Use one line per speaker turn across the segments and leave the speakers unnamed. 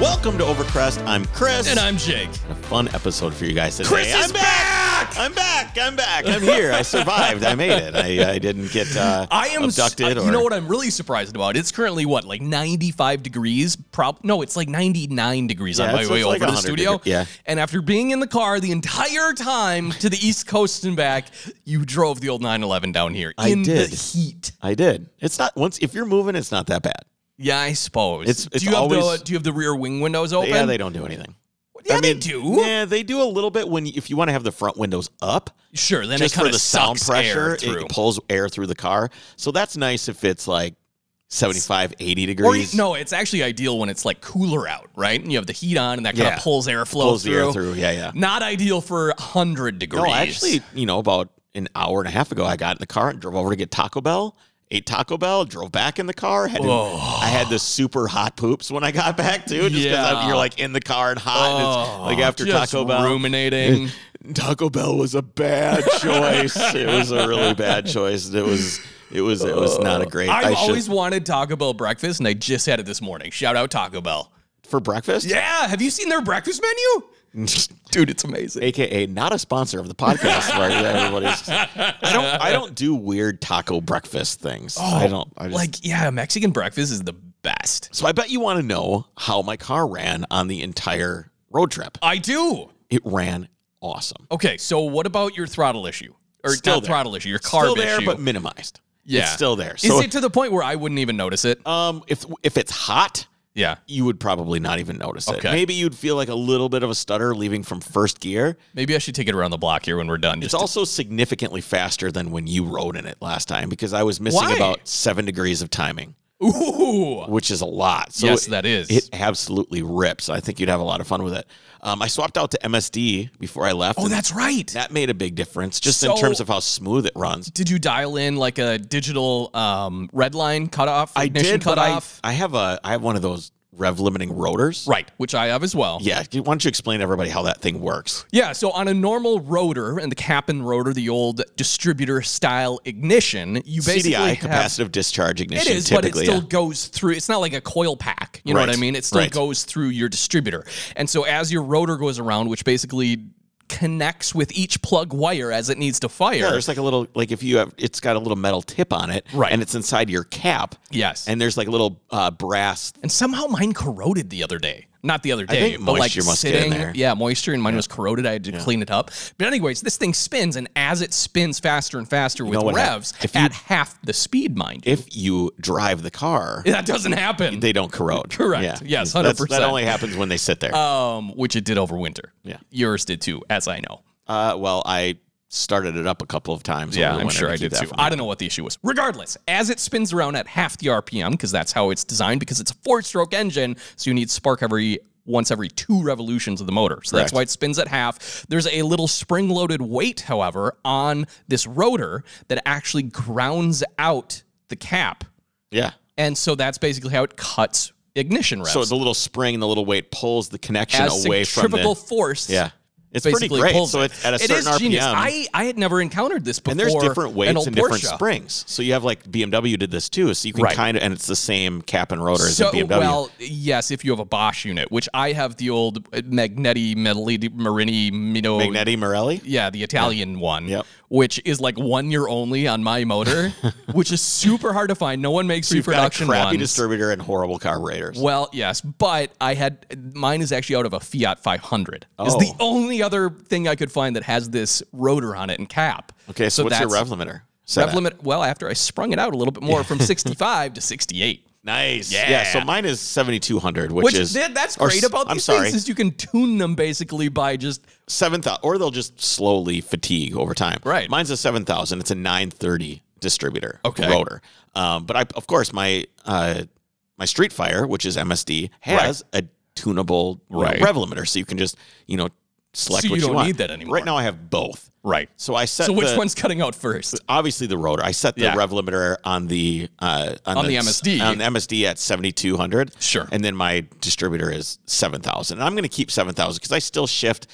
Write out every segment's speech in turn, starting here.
Welcome to Overcrest. I'm Chris.
And I'm Jake.
a fun episode for you guys today.
Chris
I'm
is back!
I'm back. I'm back. I'm here. I survived. I made it. I, I didn't get uh,
I am s-
abducted.
I-
or,
you know what I'm really surprised about? It's currently what, like 95 degrees? Prob no, it's like 99 degrees
Yeah,
on my
it's-
way
it's
over
like
to the
100
studio.
degree- yeah.
And after being in the car the entire time to the East Coast and back, you drove the old 911 down here
I
in
did.
the heat.
I did. It's not once if you're moving, it's not that bad.
Yeah, I suppose.
It's- it's
do you have
always-
the do you have the rear wing windows open?
Yeah, they don't do anything.
Yeah,
I
they
mean,
do.
Yeah, they do a little bit when if you want to have the front windows up,
Sure, then
just
it kind
for
of
the sound pressure,
through.
it pulls air through the car. So that's nice if it's like 75, 80
Or
degrees.
no, it's actually ideal when it's like cooler out, right? And you have the heat on, and that kind
Yeah.
of pulls airflow
pulls
through.
the air through. Yeah, yeah.
Not ideal for 100 degrees.
No, actually, you know, about an hour and a half ago, I got in the car and drove over to get Taco Bell. Ate Taco Bell, drove back in the car. Had
Oh.
I had the super hot poops when I got back too, just because
Yeah.
you're like in the car and hot. and it's, like after
Oh, just
Taco Bell,
ruminating.
Taco Bell was a bad choice. it was a really bad choice. It was, it was, it was not a great. I
I've
should-
always wanted Taco Bell breakfast, and I just had it this morning. Shout out Taco Bell.
for breakfast.
Yeah, have you seen their breakfast menu? Dude, it's amazing.
AKA not a sponsor of the podcast, right? Everybody's. I don't. I don't do weird taco breakfast things. I don't. I just,
Oh, Like, yeah, Mexican breakfast is the best.
So I bet you want to know how my car ran on the entire road trip.
I do.
It ran awesome.
Okay, so what about your throttle issue? Or
Still
not
there.
throttle issue, your carb
still there,
issue.
but minimized.
Yeah.
it's still there.
is
So
it to the point where I wouldn't even notice it?
um, if if it's hot,
Yeah.
you would probably not even notice it.
Okay.
Maybe you'd feel like a little bit of a stutter leaving from first gear.
Maybe I should take it around the block here when we're done.
It's
Just to-
also significantly faster than when you rode in it last time because I was missing
Why?
about seven degrees of timing,
Ooh.
which is a lot. So
yes,
it-
that is.
It absolutely rips. I think you'd have a lot of fun with it. Um, I swapped out to MSD before I left.
oh,
and
that's right.
That made a big difference just in
So-
terms of how smooth it runs.
did you dial in like a digital um, red line cutoff?
I
ignition
did, but I,
cutoff?
I have a I have one of those rev limiting rotors.
right, which I have as well.
Yeah. Why don't you explain to everybody how that thing works?
Yeah, so on a normal rotor and the Kappan rotor, the old distributor style ignition, you basically
CDI,
have,
capacitive discharge
It
ignition.
is, but it
typically,
still
yeah.
goes through. It's not like a coil pack. You know
Right,
what I mean? It still
right.
goes through your distributor. And so as your rotor goes around, which basically connects with each plug wire as it needs to fire.
Yeah, there's like a little like if you have it's got a little metal tip on it,
Right.
And it's inside your cap,
Yes.
And there's like a little uh, brass.
And somehow mine corroded the other day. Not the other day,
think
but like
moisture must get in
sitting.
there.
Yeah, moisture and mine was corroded. I had to clean it up. But anyways, this thing spins, and as it spins faster and faster
know
with
what hap-
revs
if you-
at half the speed, mind you,
If you drive the car,
that doesn't happen.
they don't corrode.
Correct.
Yeah.
Yes,
That's-
100%.
That only happens when they sit there.
um, which it did over winter.
Yeah.
yours did too, as I know.
Uh, well, I started it up a couple of times. over the
I'm
winter
sure
to
I
keep
did
that
too.
from
I don't know what the issue was. Regardless, as it spins around at half the RPM, because that's how it's designed, because it's a four-stroke engine, so you need spark every once every two revolutions of the motor. So that's
Correct.
why it spins at half. There's a little spring-loaded weight, however, on this rotor that actually grounds out the cap,
Yeah.
and so that's basically how it cuts ignition revs.
So the little spring and the little weight pulls the connection
as
away from
centrifugal
the
force,
yeah. It's pretty
basically
great.
pulls
so
it.
it's at a
It
certain
is genius.
RPM.
I, I had never encountered this before.
and there's different
an
weights
old
and different
Porsche.
springs. So you have like BMW did this too. So you can
Right.
kind of and it's the same cap and rotor as a BMW.
well, yes, if you have a Bosch unit, which I have the old Magneti Melli Marini Mino.
Magnetti Morelli.
yeah, the Italian one,
Yep.
which is like one year only on my motor, which is super hard to find. No one makes
You've got a
reproduction
crappy
ones.
distributor and horrible carburetors.
well, yes, but I had mine is actually out of a Fiat 500. It's
Oh.
the only other thing I could find that has this rotor on it and cap.
okay, so, what's your
that's
rev limiter?
rev
setup?
limit? Well, after I sprung it out a little bit more from 65 to 68.
Nice.
Yeah.
so mine is 7200, which,
Which
is
th- that's
or
great
s-
about
I'm
these
sorry,
things is you can tune them basically by just
seven thousand, or they'll just slowly fatigue over time.
Right.
Mine's a seven thousand. It's a nine thirty distributor.
Okay.
Rotor. Um, but I, of course, my uh, my Street Fire, which is MSD, has a tunable you know,
Right.
rev limiter, so you can just you know select
So you
what
don't
want.
need that anymore.
Right now, I have both.
right.
So I set
So which
the,
one's cutting out first?
obviously the rotor. I set the
Yeah.
rev limiter on the uh,
On the MSD.
on the MSD at seventy two hundred.
Sure.
and then my distributor is seven thousand. And I'm going to keep seven thousand because I still shift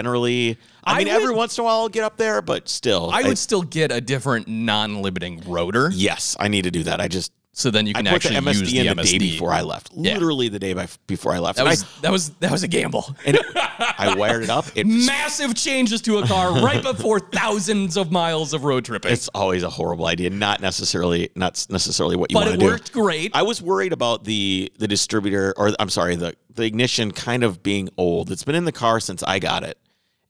generally. I,
I
mean,
would-
every once in a while I'll get up there, but still,
I would still get a different non-limiting rotor.
yes, I need to do that. I just
So then you
I
can
put the
actually
MSD
use
in
the
the,
MSD.
day before I left.
Yeah.
Literally the day bef- before I left.
That
And
was
I,
that was that was a gamble.
and it- I wired it up. It,
Massive changes to a car right before thousands of miles of road tripping.
it's always a horrible idea. Not necessarily not necessarily what you
but
want to
it
do.
worked great.
I was worried about the the distributor or I'm sorry, the the ignition kind of being old. It's been in the car since I got it.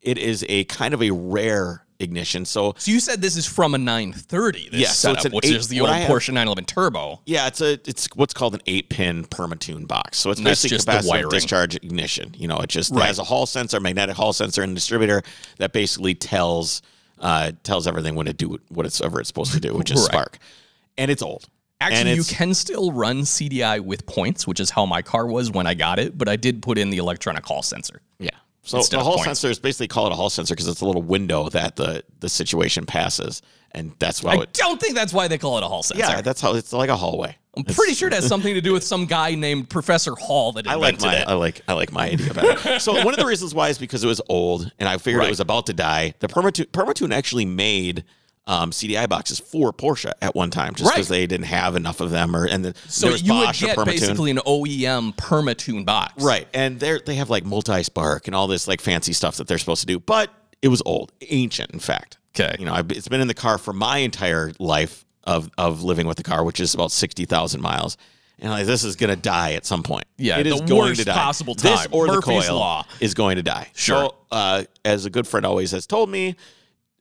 It is a kind of a rare ignition. So
so you said this is from a 930 this
Yeah, so
setup,
it's an
which
eight-
is the
what
old
I have-
Porsche 911 Turbo.
yeah, it's a it's what's called an eight pin permatune box. So it's
And that's
basically
just the
capacitive
wiring.
discharge ignition. You know, it just
Right.
has a hall sensor, magnetic hall sensor, and distributor that basically tells uh, tells everything when to do what it's ever it's supposed to do, which is
Right.
spark. And it's old. and
Actually, you
it's,
can still run CDI with points, which is how my car was when I got it, but I did put in the electronic call sensor.
Yeah. So
Instead
the
of
hall
points.
sensor is basically call it a hall sensor because it's a little window that the the situation passes, and that's why.
I
It,
don't think that's why they call it a hall sensor.
yeah, that's how it's like a hallway.
I'm pretty sure it has something to do with some guy named Professor Hall that
I
invented
like my uh,
it.
I like I like my idea better. so one of the reasons why is because it was old, and I figured
Right.
it was about to die. The Permatune, Permatune actually made. Um, CDI boxes for Porsche at one time, just because
Right.
they didn't have enough of them, or and the,
So
there's
you would
Bosch or
get
Permatune.
basically an OEM Permatune box.
Right. And they're they have like multi spark and all this like fancy stuff that they're supposed to do, but it was old, ancient, in fact.
'Kay.
You know, I've, it's been in the car for my entire life of of living with the car, which is about sixty thousand miles. And I'm like this is gonna die at some point.
Yeah,
it is
the
going
worst
to die.
possible
This
time.
or
Murphy's
the coil
Law.
is going to die.
Sure.
So, uh, as a good friend always has told me,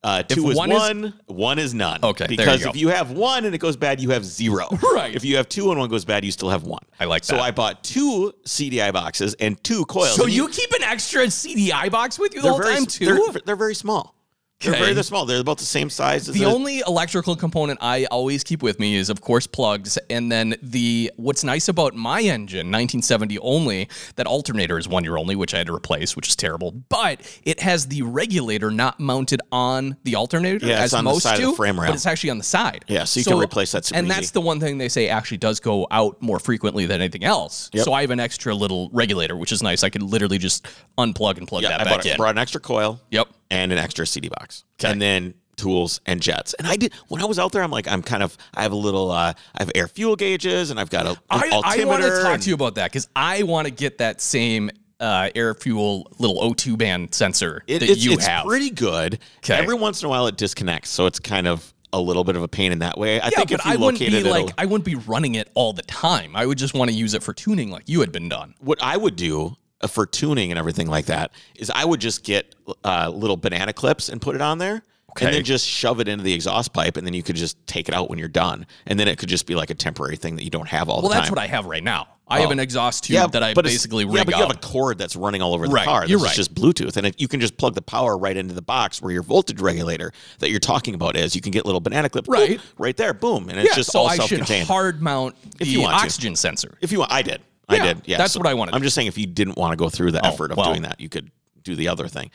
uh, two is
one
one,
is-
one is none.
Okay, there you
because
go.
if you have one and it goes bad, you have zero.
Right.
If you have two and one goes bad, you still have one.
I like
so
that.
I bought two CDI boxes and two coils.
So
And
you keep an extra CDI box with you the
they're
whole
very,
time
s-
too?
They're, they're very small. They're
Okay.
very they're small. They're about the same size as
the
a-
only electrical component I always keep with me is, of course, plugs. And then the what's nice about my engine, 1970 only, that alternator is one year only, which I had to replace, which is terrible. But it has the regulator not mounted on the alternator,
Yeah, it's
as
on the
most
side of
do,
the frame rail.
but it's actually on the side.
Yeah, so you can replace that super
and that's
easy.
the one thing they say actually does go out more frequently than anything else. So I have an extra little regulator, which is nice. I could literally just unplug and plug
yeah,
that
I
back
bought,
in.
a- brought an extra coil.
Yep.
and an extra CD box, and then tools and jets. And I did when I was out there. I'm like, I'm kind of, I have a little, uh, I have air fuel gauges, and I've got a an
I, I
altimeter.
want to talk
and-
to you about that because I want to get that same uh, air fuel little O2 band sensor
It-
that
it's,
you
it's
have.
pretty good.
'Kay.
Every once in a while, it disconnects, so it's kind of a little bit of a pain in that way. I
yeah,
think
but
if you
I wouldn't
locate
be
it, it'll-
like I wouldn't be running it all the time. I would just want to use it for tuning, like you had been done.
what I would do uh, for tuning and everything like that is I would just get uh, little banana clips and put it on there.
Okay.
And then just shove it into the exhaust pipe, and then you could just take it out when you're done. And then it could just be like a temporary thing that you don't have all
Well,
the
that's
time.
what I have right now. I have an exhaust tube that I
but it's-
basically
yeah,
rig
but you
up.
have a cord that's running all over the
Right,
car. This
you're
is
right.
just Bluetooth, and it, you can just plug the power right into the box where your voltage regulator that you're talking about is. You can get little banana clip, boop,
Right.
right there, boom, and it's
yeah,
just
so
all
I should
self-contained.
hard mount
If you
the
want to.
oxygen sensor.
if you want, I did,
Yeah,
I did. Yeah,
that's what I wanted. Oh,
I'm just saying, if you didn't want to go through the effort of
well.
doing that, you could do the other thing.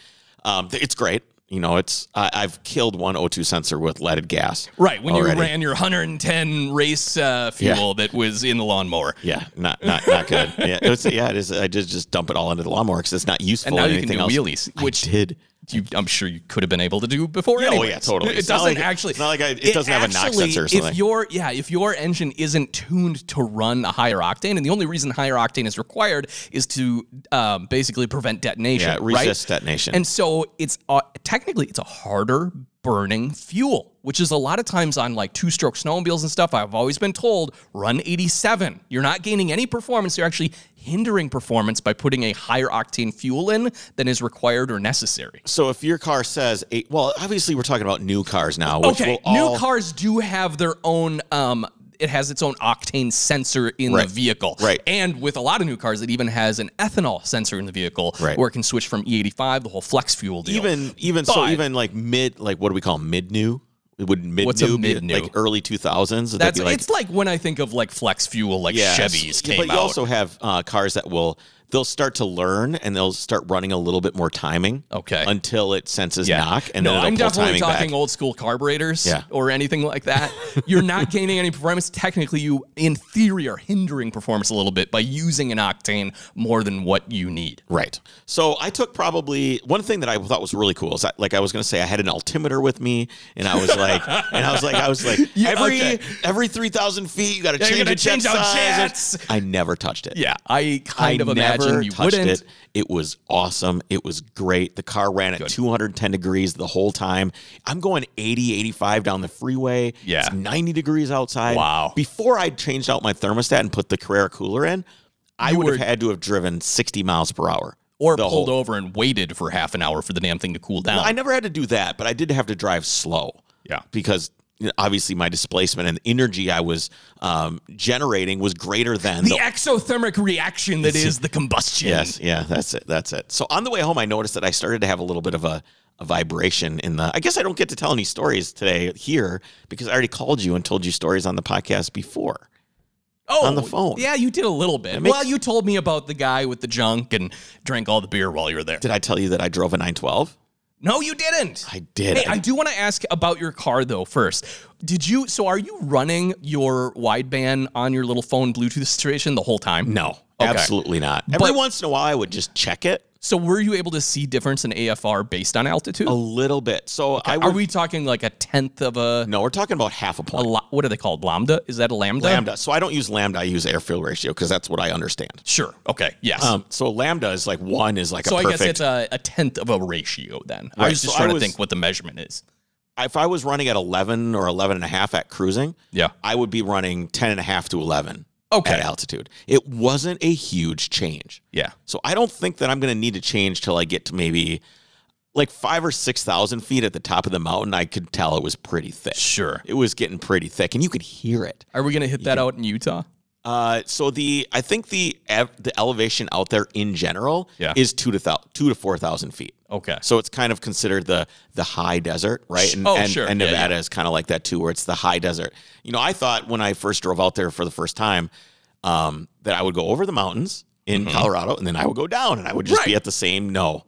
Um, th- it's great. You know, it's I, I've killed one O2 sensor with leaded gas.
Right when
already.
you ran your 110 race uh, fuel that was in the lawnmower.
Yeah, not not not good. yeah, it was, yeah, it is. I just just dump it all into the lawnmower because it's not useful.
And now
in
you can
anything
do
else.
wheelies,
I
which-
did.
you, I'm sure you could have been able to do before.
Yeah, oh,
anyways.
yeah, totally.
It
It's not
doesn't
like-
actually.
it's not like I- it doesn't have a knock
actually,
sensor or
If
something.
your yeah, if your engine isn't tuned to run a higher octane, and the only reason higher octane is required is to um, basically prevent detonation.
Yeah,
right?
resist detonation.
And so it's uh, technically it's a harder burning fuel, which is a lot of times on like two-stroke snowmobiles and stuff. I've always been told run 87. You're not gaining any performance. You're actually hindering performance by putting a higher octane fuel in than is required or necessary.
So if your car says eight, well, obviously we're talking about new cars now, which
okay,
will all
new cars do have their own. Um, it has its own octane sensor in
Right.
the vehicle,
Right.
And with a lot of new cars, it even has an ethanol sensor in the vehicle,
Right.
Where it can switch from E85, the whole flex fuel deal.
even even so
But-
even like mid like what do we call mid new? Would mid
What's a
new be
mid-new?
like early two thousands?
that's it's like when I think of like flex fuel, like Chevys
Yeah,
came
but you
out.
also have uh, cars that will they'll start to learn and they'll start running a little bit more timing
Okay.
until it senses
Yeah.
knock and
no,
then it'll
I'm
pull
definitely
timing
talking
back.
old school carburetors
Yeah.
or anything like that. You're not gaining any performance. Technically, you, in theory, are hindering performance a little bit by using an octane more than what you need.
Right. So I took probably one thing that I thought was really cool is I, like I was going to say I had an altimeter with me, and I was like, and I was like, I was like,
Yeah,
every
okay.
every three thousand feet, you got to
you
change
gotta
the jet
change out
size.
jets.
I never touched it.
Yeah, I kind
I
of
never
imagine you
touched
wouldn't.
it. It was awesome. It was great. The car ran at 210 degrees the whole time. I'm going 80, 85 down the freeway.
Yeah.
It's 90 degrees outside.
Wow.
Before I changed out my thermostat and put the Carrera cooler in, I
You
would
were-
have had to have driven 60 miles per hour.
Or
the
pulled
whole-
over and waited for half an hour for the damn thing to cool down.
I never had to do that, but I did have to drive slow.
Yeah.
Because you know, obviously my displacement and the energy I was um, generating was greater than
the exothermic reaction that is the combustion.
Yes, yeah, that's it. That's it. So on the way home, I noticed that I started to have a little bit of a, a vibration in the. I guess I don't get to tell any stories today here because I already called you and told you stories on the podcast before.
Oh,
on the phone.
Yeah, you did a little bit.
makes-
well, you told me about the guy with the junk and drank all the beer while you were there.
Did I tell you that I drove a 912?
no, you didn't.
I did.
Hey,
I-
I do want to ask about your car though first. Did you so are you running your wideband on your little phone Bluetooth situation the whole time?
no,
Okay.
absolutely not. Every
But-
once in a while, I would just check it
So were you able to see difference in AFR based on altitude?
a little bit. So I
are
would.
we talking like a tenth of a,
no, we're talking about half a
a
point.
lo- what are they called? Lambda? Is that a lambda?
lambda. So I don't use lambda. I use airfield ratio because that's what I understand.
Sure. Okay. Yes.
Um, so lambda is like one is like
so
a
I guess
perfect.
it's a, a tenth of a ratio then. I
Right,
was just
so
trying
I
to
was-
think what the measurement is.
if I was running at 11 or 11 and a half at cruising,
Yeah.
I would be running 10 and a half to 11
Okay.
at altitude. It wasn't a huge change.
Yeah.
So I don't think that I'm going to need to change till I get to maybe like five or 6,000 feet at the top of the mountain. I could tell it was pretty thick.
Sure.
It was getting pretty thick and you could hear it.
Are we going to hit that out in Utah?
Uh, so the, I think the, ev- the elevation out there in general
Yeah.
is two to thou- two to 4,000 feet.
Okay.
So it's kind of considered the the high desert, right? And,
Oh,
and,
sure.
and
Yeah,
Nevada is kind of like that too, where it's the high desert. You know, I thought when I first drove out there for the first time um, that I would go over the mountains in Colorado and then I would go down and I would just be
Mm-hmm. Right.
at the same. No,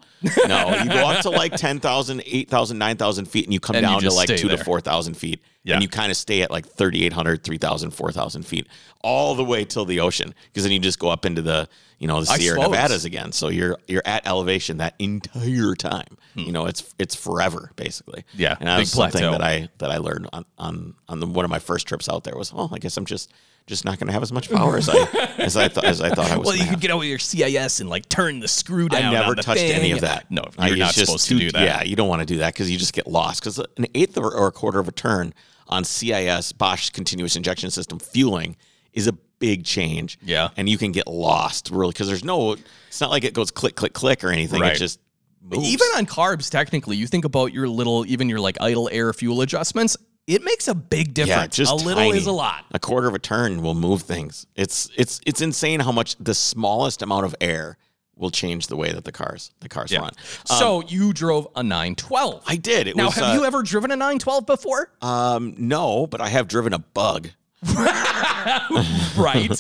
no. you go up to like 10,000, 8,000, 9,000 feet and you come
And you
down to
just
like
stay
two to
there.
4,000 feet.
Yeah.
And you kind of stay at like 3,800, 3,000, 4,000 feet all the way till the ocean because then you just go up into the, you know, the
I
Sierra
suppose.
Nevadas is again. So you're you're at elevation that entire time. You know, it's it's forever basically.
Hmm. Yeah,
and that
big
was something
plateau.
that I that I learned on on on the, one of my first trips out there was oh I guess I'm just just not going to have as much power as I as I thought as I thought I was.
Well,
gonna
you
have.
could get out with your CIS and like turn the screw down.
I
on
never
the
touched any
thing.
of that.
No,
I-
you're
it's
not
just
supposed
too-
to do that.
Yeah, you don't want to do that because you just get lost. Because an eighth or, or a quarter of a turn on CIS Bosch continuous injection system fueling is a big change.
Yeah.
and you can get lost really because there's no. It's not like it goes click click click or anything.
Right.
It just moves.
Even on carbs, technically, you think about your little, even your like idle air fuel adjustments. It makes a big difference.
just
a little
tiny.
is a lot.
a quarter of a turn will move things. It's it's it's insane how much the smallest amount of air will change the way that the cars the cars run. Uh,
so you drove a 912.
I did. It
now,
was
have
uh,
you ever driven a 912 before?
um no, but I have driven a bug.
right.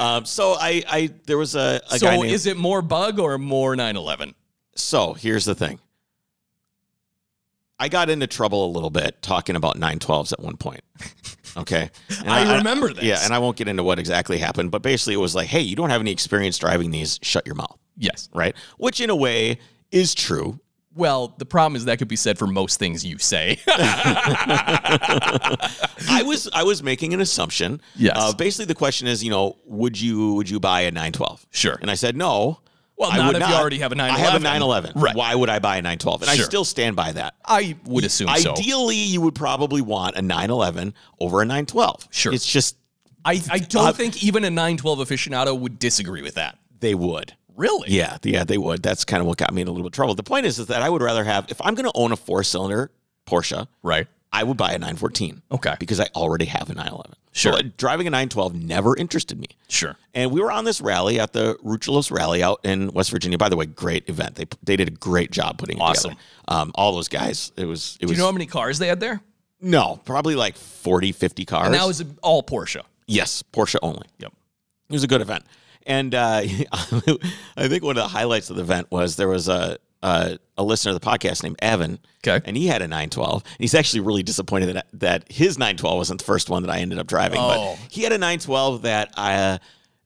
Um, so I, I there was a, a guy
so
named,
is it more bug or more 911?
so here's the thing. I got into trouble a little bit talking about 912s at one point. Okay. And
I remember this.
Yeah, and I won't get into what exactly happened, but basically it was like, hey, you don't have any experience driving these, shut your mouth,
Yes.
right? Which in a way is true.
Well, the problem is that could be said for most things you say.
I was I was making an assumption.
Yes.
Uh, basically the question is, you know, would you would you buy a 912?
Sure.
And I said no.
Well,
I
not
would
if you already have a
I have a
911.
911.
Right.
Why would I buy a 912? And I
Sure.
still stand by that.
I would assume so.
Ideally, you would probably want a 911 over a 912.
Sure.
It's just
I, I don't think even a 912 aficionado would disagree with that.
they would.
Really?
Yeah, yeah, they would. That's kind of what got me in a little bit of trouble. The point is, is that I would rather have if I'm going to own a four cylinder Porsche,
Right.
I would buy a 914.
Okay.
Because I already have a 911.
Sure.
So uh, driving a 912 never interested me.
Sure.
And we were on this rally at the Ruchelos Rally out in West Virginia. By the way, great event. They they did a great job putting it
Awesome.
together. Um, all those guys. It was it
Do
was
you know how many cars they had there?
no probably like 40, 50 cars.
Now it's all Porsche.
yes, Porsche only.
Yep.
It was a good event. And uh, I think one of the highlights of the event was there was a a, a listener of the podcast named Evan.
Okay.
And he had a 912. And he's actually really disappointed that that his 912 wasn't the first one that I ended up driving.
Oh.
But he had a 912 that uh,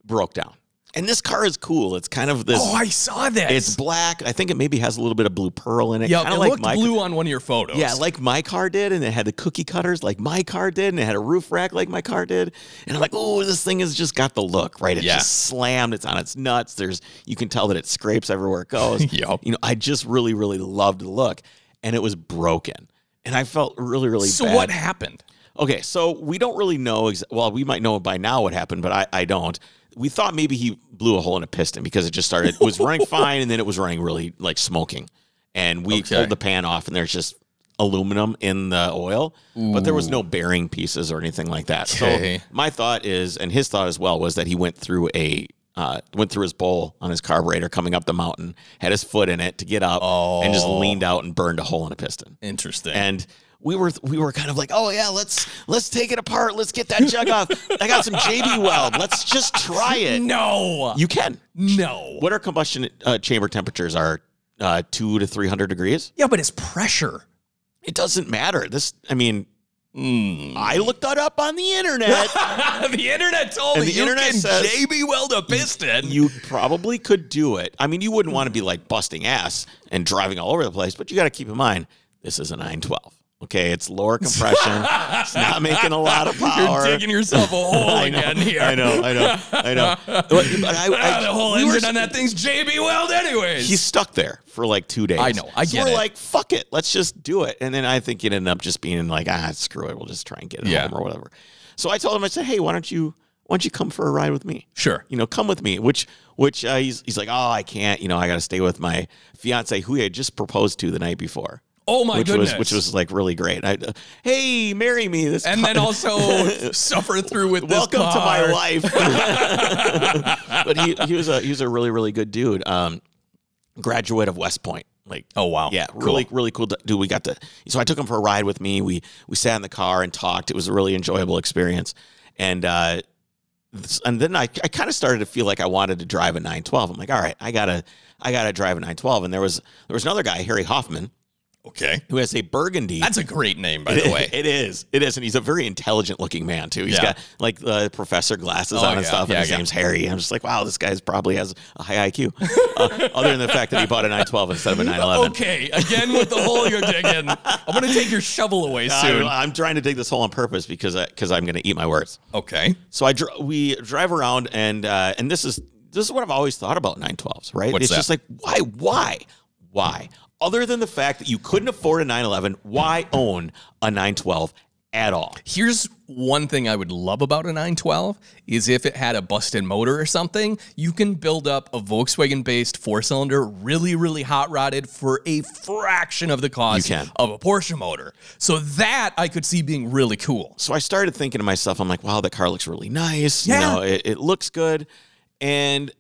broke down. And this car is cool. It's kind of this.
Oh, I saw that.
It's black. I think it maybe has a little bit of blue pearl in it.
yeah,
Kinda
it
like
looked
my-
blue on one of your photos.
yeah, like my car did, and it had the cookie cutters like my car did, and it had a roof rack like my car did. And I'm like, oh, this thing has just got the look, right? It's
Yeah.
just slammed, it's on its nuts. There's you can tell that it scrapes everywhere it goes.
Yep.
You know, I just really, really loved the look. And it was broken. And I felt really, really
so
bad.
what happened?
Okay, so we don't really know. Exa- well, we might know by now what happened, but I, I don't. We thought maybe he blew a hole in a piston because it just started. It was running fine, and then it was running really like smoking. And we
Okay.
pulled the pan off, and there's just aluminum in the oil, but there was no bearing pieces or anything like that.
Okay.
So my thought is, and his thought as well, was that he went through a. Uh, went through his bowl on his carburetor coming up the mountain, had his foot in it to get up, and just
Oh.
leaned out and burned a hole in a piston
Interesting.
and we were we were kind of like, oh yeah, let's let's take it apart, let's get that jug off. I got some JB Weld, let's just try it.
no,
You can.
no.
What our combustion uh, chamber temperatures are uh, two to three hundred degrees.
Yeah, but it's pressure.
It doesn't matter. This, I mean,
Mm.
I looked that up on the internet.
the internet told
And
me
the
you
internet
can
says-
JB weld a piston.
you probably could do it. I mean, you wouldn't want to be like busting ass and driving all over the place, but you got to keep in mind this is a nine twelve. Okay, it's lower compression. it's not making a lot of power.
You're digging yourself a hole
I know,
again here.
I know, I know, I know. But, but I,
Ah,
I-
the whole
we were-
engine on that thing's JB Weld, anyways.
He's stuck there for like two days.
I know, I
so
get
we're
it.
like, fuck it, let's just do it. And then I think it ended up just being like, ah, screw it, we'll just try and get it
Yeah.
home or whatever. So I told him, I said, hey, why don't you why don't you come for a ride with me?
sure.
You know, come with me. Which which uh, he's he's like, oh, I can't. You know, I got to stay with my fiance who he had just proposed to the night before.
Oh my
which
goodness.
was which was like really great. I, uh, hey, marry me. This
and
co-
then also suffer through with this
welcome to my
car.
life. but he, he was a he was a really really good dude. Um, graduate of West Point. Like
Oh wow.
yeah,
Cool.
really really cool d- dude. We got to so I took him for a ride with me. We we sat in the car and talked. It was a really enjoyable experience. And uh, this- and then I I kind of started to feel like I wanted to drive a 912. I'm like, all right, I gotta I gotta drive a 912. And there was there was another guy, Harry Hoffman,
Okay.
who has a burgundy.
That's a great name, by the way.
It is. It is. And he's a very intelligent looking man, too. He's
Yeah.
got like the professor glasses
Oh,
on and
yeah.
stuff. And
Yeah,
his
yeah.
name's Harry. And I'm just like, wow, this guy's probably has a high IQ. uh, other than the fact that he bought a 912 instead
Oh,
of a 911.
Okay, again with the hole you're digging. I'm gonna take your shovel away soon.
I, am trying to dig this hole on purpose because because I'm going to eat my words.
Okay.
So I dr- we drive around and uh, and this is this is what I've always thought about 912s, right?
What's
it's just like why why why other than the fact that you couldn't afford a 911, why own a 912 at all?
Here's one thing I would love about a 912 is if it had a busted motor or something, you can build up a Volkswagen-based four-cylinder, really, really hot rodded for a fraction of the cost
You can.
of a Porsche motor. So that I could see being really cool.
so I started thinking to myself, I'm like, wow, that car looks really nice.
Yeah.
You know, it, it looks good. And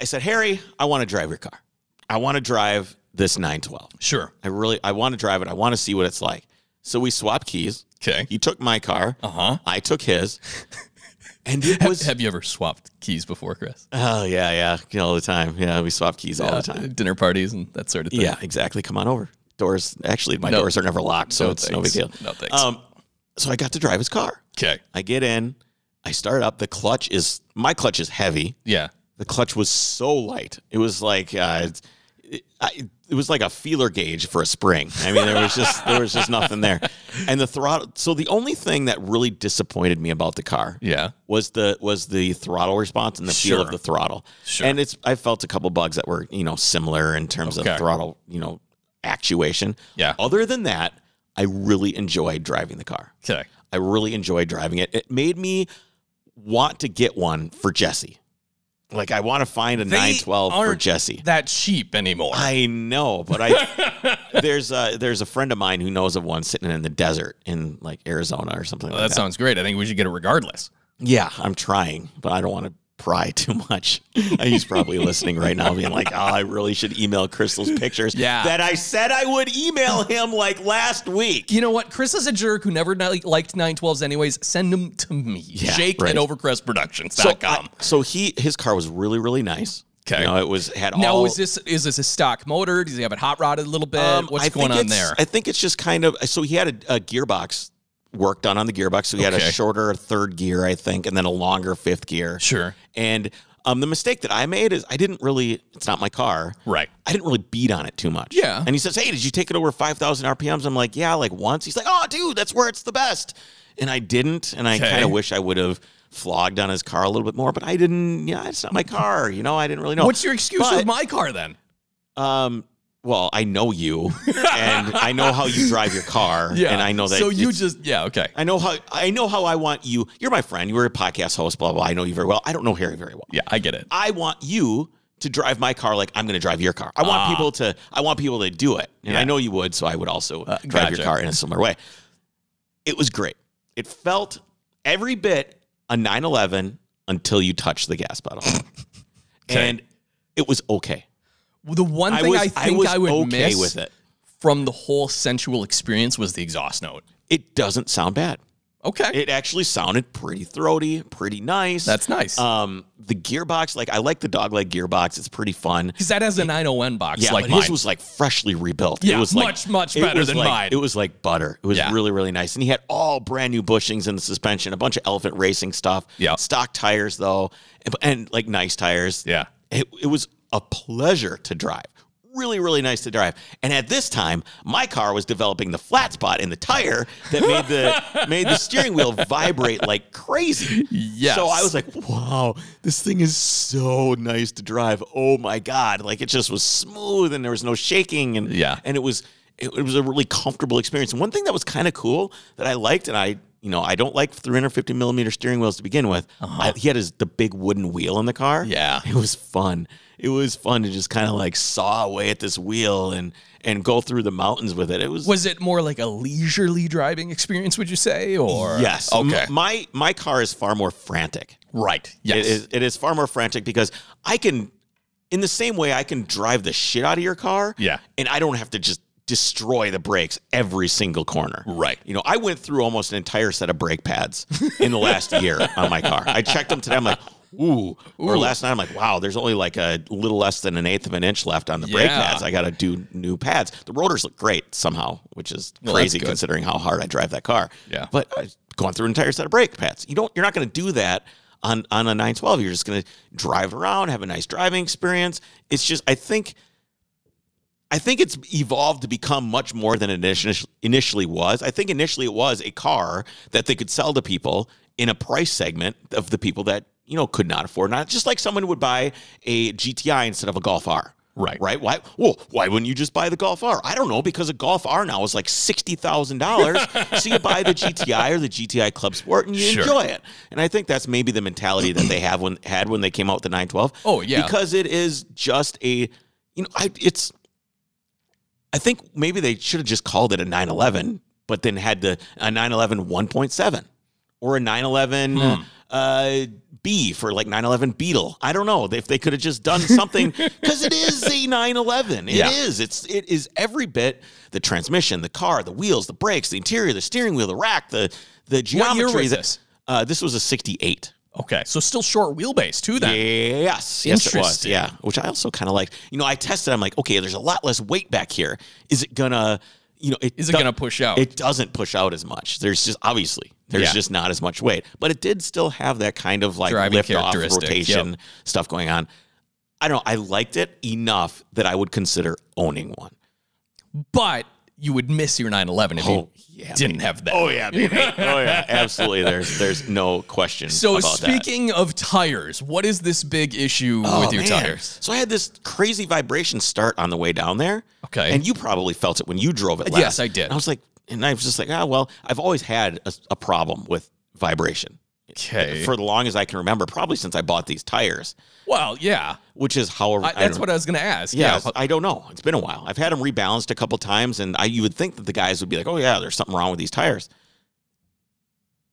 I said, Harry, I want to drive your car. I want to drive this 912.
Sure.
I really, I want to drive it. I want to see what it's like. So we swapped keys.
Okay.
He took my car.
Uh-huh.
I took his. And it was,
Have you ever swapped keys before, Chris?
oh, yeah, yeah, you know, all the time. Yeah, we swap keys all the
Uh,
time.
dinner parties and that sort of thing.
Yeah, exactly. Come on over. Doors, actually, my
No.
doors are never locked, so
No
it's no big deal.
thanks. No thanks.
Um, so I got to drive his car.
Okay.
I get in, I start up. The clutch is my clutch is heavy.
Yeah.
The clutch was so light. It was like uh, it's- it, I, it was like a feeler gauge for a spring. I mean, there was just there was just nothing there. And the throttle. So the only thing that really disappointed me about the car
Yeah.
was the was the throttle response and the feel
Sure.
of the throttle.
Sure.
And it's I felt a couple bugs that were, you know, similar in terms
Okay.
of throttle, you know, actuation.
Yeah.
Other than that, I really enjoyed driving the car.
Okay.
I really enjoyed driving it. It made me want to get one for Jesse. Like I want to find a 912 for
aren't
Jesse.
That cheap anymore.
I know, but I there's a there's a friend of mine who knows of one sitting in the desert in like Arizona or something
Well,
like that.
that sounds great. I think we should get it regardless.
Yeah, I'm trying, but I don't want to pry too much. Uh, He's probably listening right now, being like, "Oh, I really should email Crystal's pictures
Yeah.
that I said I would email him like last week."
You know what? Chris is a jerk who never ni- liked 912s anyways. Send them to me. Jake
right.
at
So,
overcrestproductions.com.
I- so he his car was really really nice.
Okay.
you know, it was had
now,
all.
is this is this a stock motor? Does he have it hot rodded a little bit?
um,
What's
I think
going on
it's-
there?
I think it's just kind of so he had a, a gearbox work done on the gearbox, so he had
Okay.
a shorter third gear, I think, and then a longer fifth gear.
sure.
And um, the mistake that I made is I didn't really. It's not my car.
Right.
I didn't really beat on it too much.
Yeah.
And he says, Hey, did you take it over 5,000 RPMs? I'm like, Yeah, like once. He's like, Oh, dude, that's where it's the best. And I didn't. And I
Okay.
kind of wish I would have flogged on his car a little bit more, but I didn't. Yeah, it's not my car. You know, I didn't really know.
What's your excuse
But-
with my car then?
Um, well, I know you and I know how you drive your car. And I know that.
So you
it's-
just yeah okay.
I know how I know how I want you. You're my friend. You were a podcast host, blah, blah. I know you very well. I don't know Harry very well.
Yeah, I get it.
I want you to drive my car like I'm going to drive your car. I
Ah.
want people to I want people to do it. And I know you would, so I would also drive
Uh, gotcha.
your car in a similar way. It was great. It felt every bit a 911 until you touched the gas pedal. And it was okay.
The one thing I,
was
think I,
was
would
okay
miss
with it.
from the whole sensual experience was the exhaust note.
It doesn't sound bad.
Okay,
It actually sounded pretty throaty, pretty nice.
that's nice.
um the gearbox like I like the dogleg gearbox. It's pretty fun.
Because that has a 901 box
Yeah,
like
but
mine.
his was like freshly rebuilt.
Yeah,
it was
much,
like,
much
it
better
was
than
like-
mine.
It was like butter. It was
Yeah.
really, really nice. And he had all brand new bushings in the suspension, a bunch of elephant racing stuff.
Yeah.
stock tires though, and, and, like nice tires.
Yeah.
it, it was a pleasure to drive. Really, really nice to drive. And at this time, my car was developing the flat spot in the tire that made the made the steering wheel vibrate like crazy.
Yes.
So I was like, wow, this thing is so nice to drive. Oh my God. Like it just was smooth and there was no shaking and
Yeah.
And it was it, it was a really comfortable experience. And one thing that was kind of cool that I liked, and I you know, I don't like 350 millimeter steering wheels to begin with. I- he had his the big wooden wheel in the car.
Uh-huh. Yeah.
It was fun. It was fun to just kind of like saw away at this wheel and and go through the mountains with it. It was
was it more like a leisurely driving experience? Would you say or
yes.
Okay,
M- my my car is far more frantic.
right. Yes.
It is, it is far more frantic because I can, in the same way, I can drive the shit out of your car.
Yeah.
And I don't have to just destroy the brakes every single corner.
Right.
You know, I went through almost an entire set of brake pads in the last year on my car. I checked them today. I'm like, ooh. Or last night, I'm like, wow, there's only like a little less than an eighth of an inch left on the brake
Yeah.
pads. I got to do new pads. The rotors look great somehow, which is
Well, that's
crazy
good.
considering how hard I drive that car.
Yeah.
But I was going through an entire set of brake pads. You don't you're not gonna do that on on a 912. You're just gonna drive around, have a nice driving experience. It's just I think I think it's evolved to become much more than it initi- initially was. I think initially it was a car that they could sell to people in a price segment of the people that you know could not afford. Not just like someone would buy a GTI instead of a Golf R.
Right.
Right. Why? Well, why wouldn't you just buy the Golf R? I don't know because a Golf R now is like sixty thousand dollars. so you buy the GTI or the GTI Club Sport and you
Sure.
enjoy it. And I think that's maybe the mentality that they have when had when they came out with the 912.
Oh, yeah.
Because it is just a you know I, it's I think maybe they should have just called it a 911, but then had the a 911 1.7 or a 911
Hmm.
uh, B for like 911 Beetle. I don't know if they could have just done something because it is a 911. It is.
Yeah.
It's it is every bit the transmission, the car, the wheels, the brakes, the interior, the steering wheel, the rack, the the
What
geometry.
year was
the-
this?
Uh, this was a 68.
Okay, so still short wheelbase too. Then
Yes, yes, it was.
Interesting.
Yeah, which I also kind of liked. You know, I tested. I'm like, okay, there's a lot less weight back here. Is it gonna, you know, it
is it
do-
going to push out?
It doesn't push out as much. There's just obviously there's
Yeah.
just not as much weight, but it did still have that kind of like
Driving
lift off
characteristic,
rotation stuff going on. I don't. know. I liked it enough that I would consider owning one.
but you would miss your 911 if
Oh,
you
yeah,
didn't have that.
yeah, baby. oh yeah, absolutely. There's there's no question.
So
about that.
speaking of tires, what is this big issue with
Oh,
your
man.
tires?
So I had this crazy vibration start on the way down there.
Okay.
And you probably felt it when you drove it last.
Yes, I did.
And I was like, and I was just like, ah, well, I've always had a, a problem with vibration
Okay.
for the long as I can remember, probably since I bought these tires,
well, yeah,
which is however.
I, that's what I was going to ask.
Yeah,
but-
I don't know. It's been a while. I've had them rebalanced a couple times, and I you would think that the guys would be like, "Oh yeah, there's something wrong with these
Mm-hmm.
tires."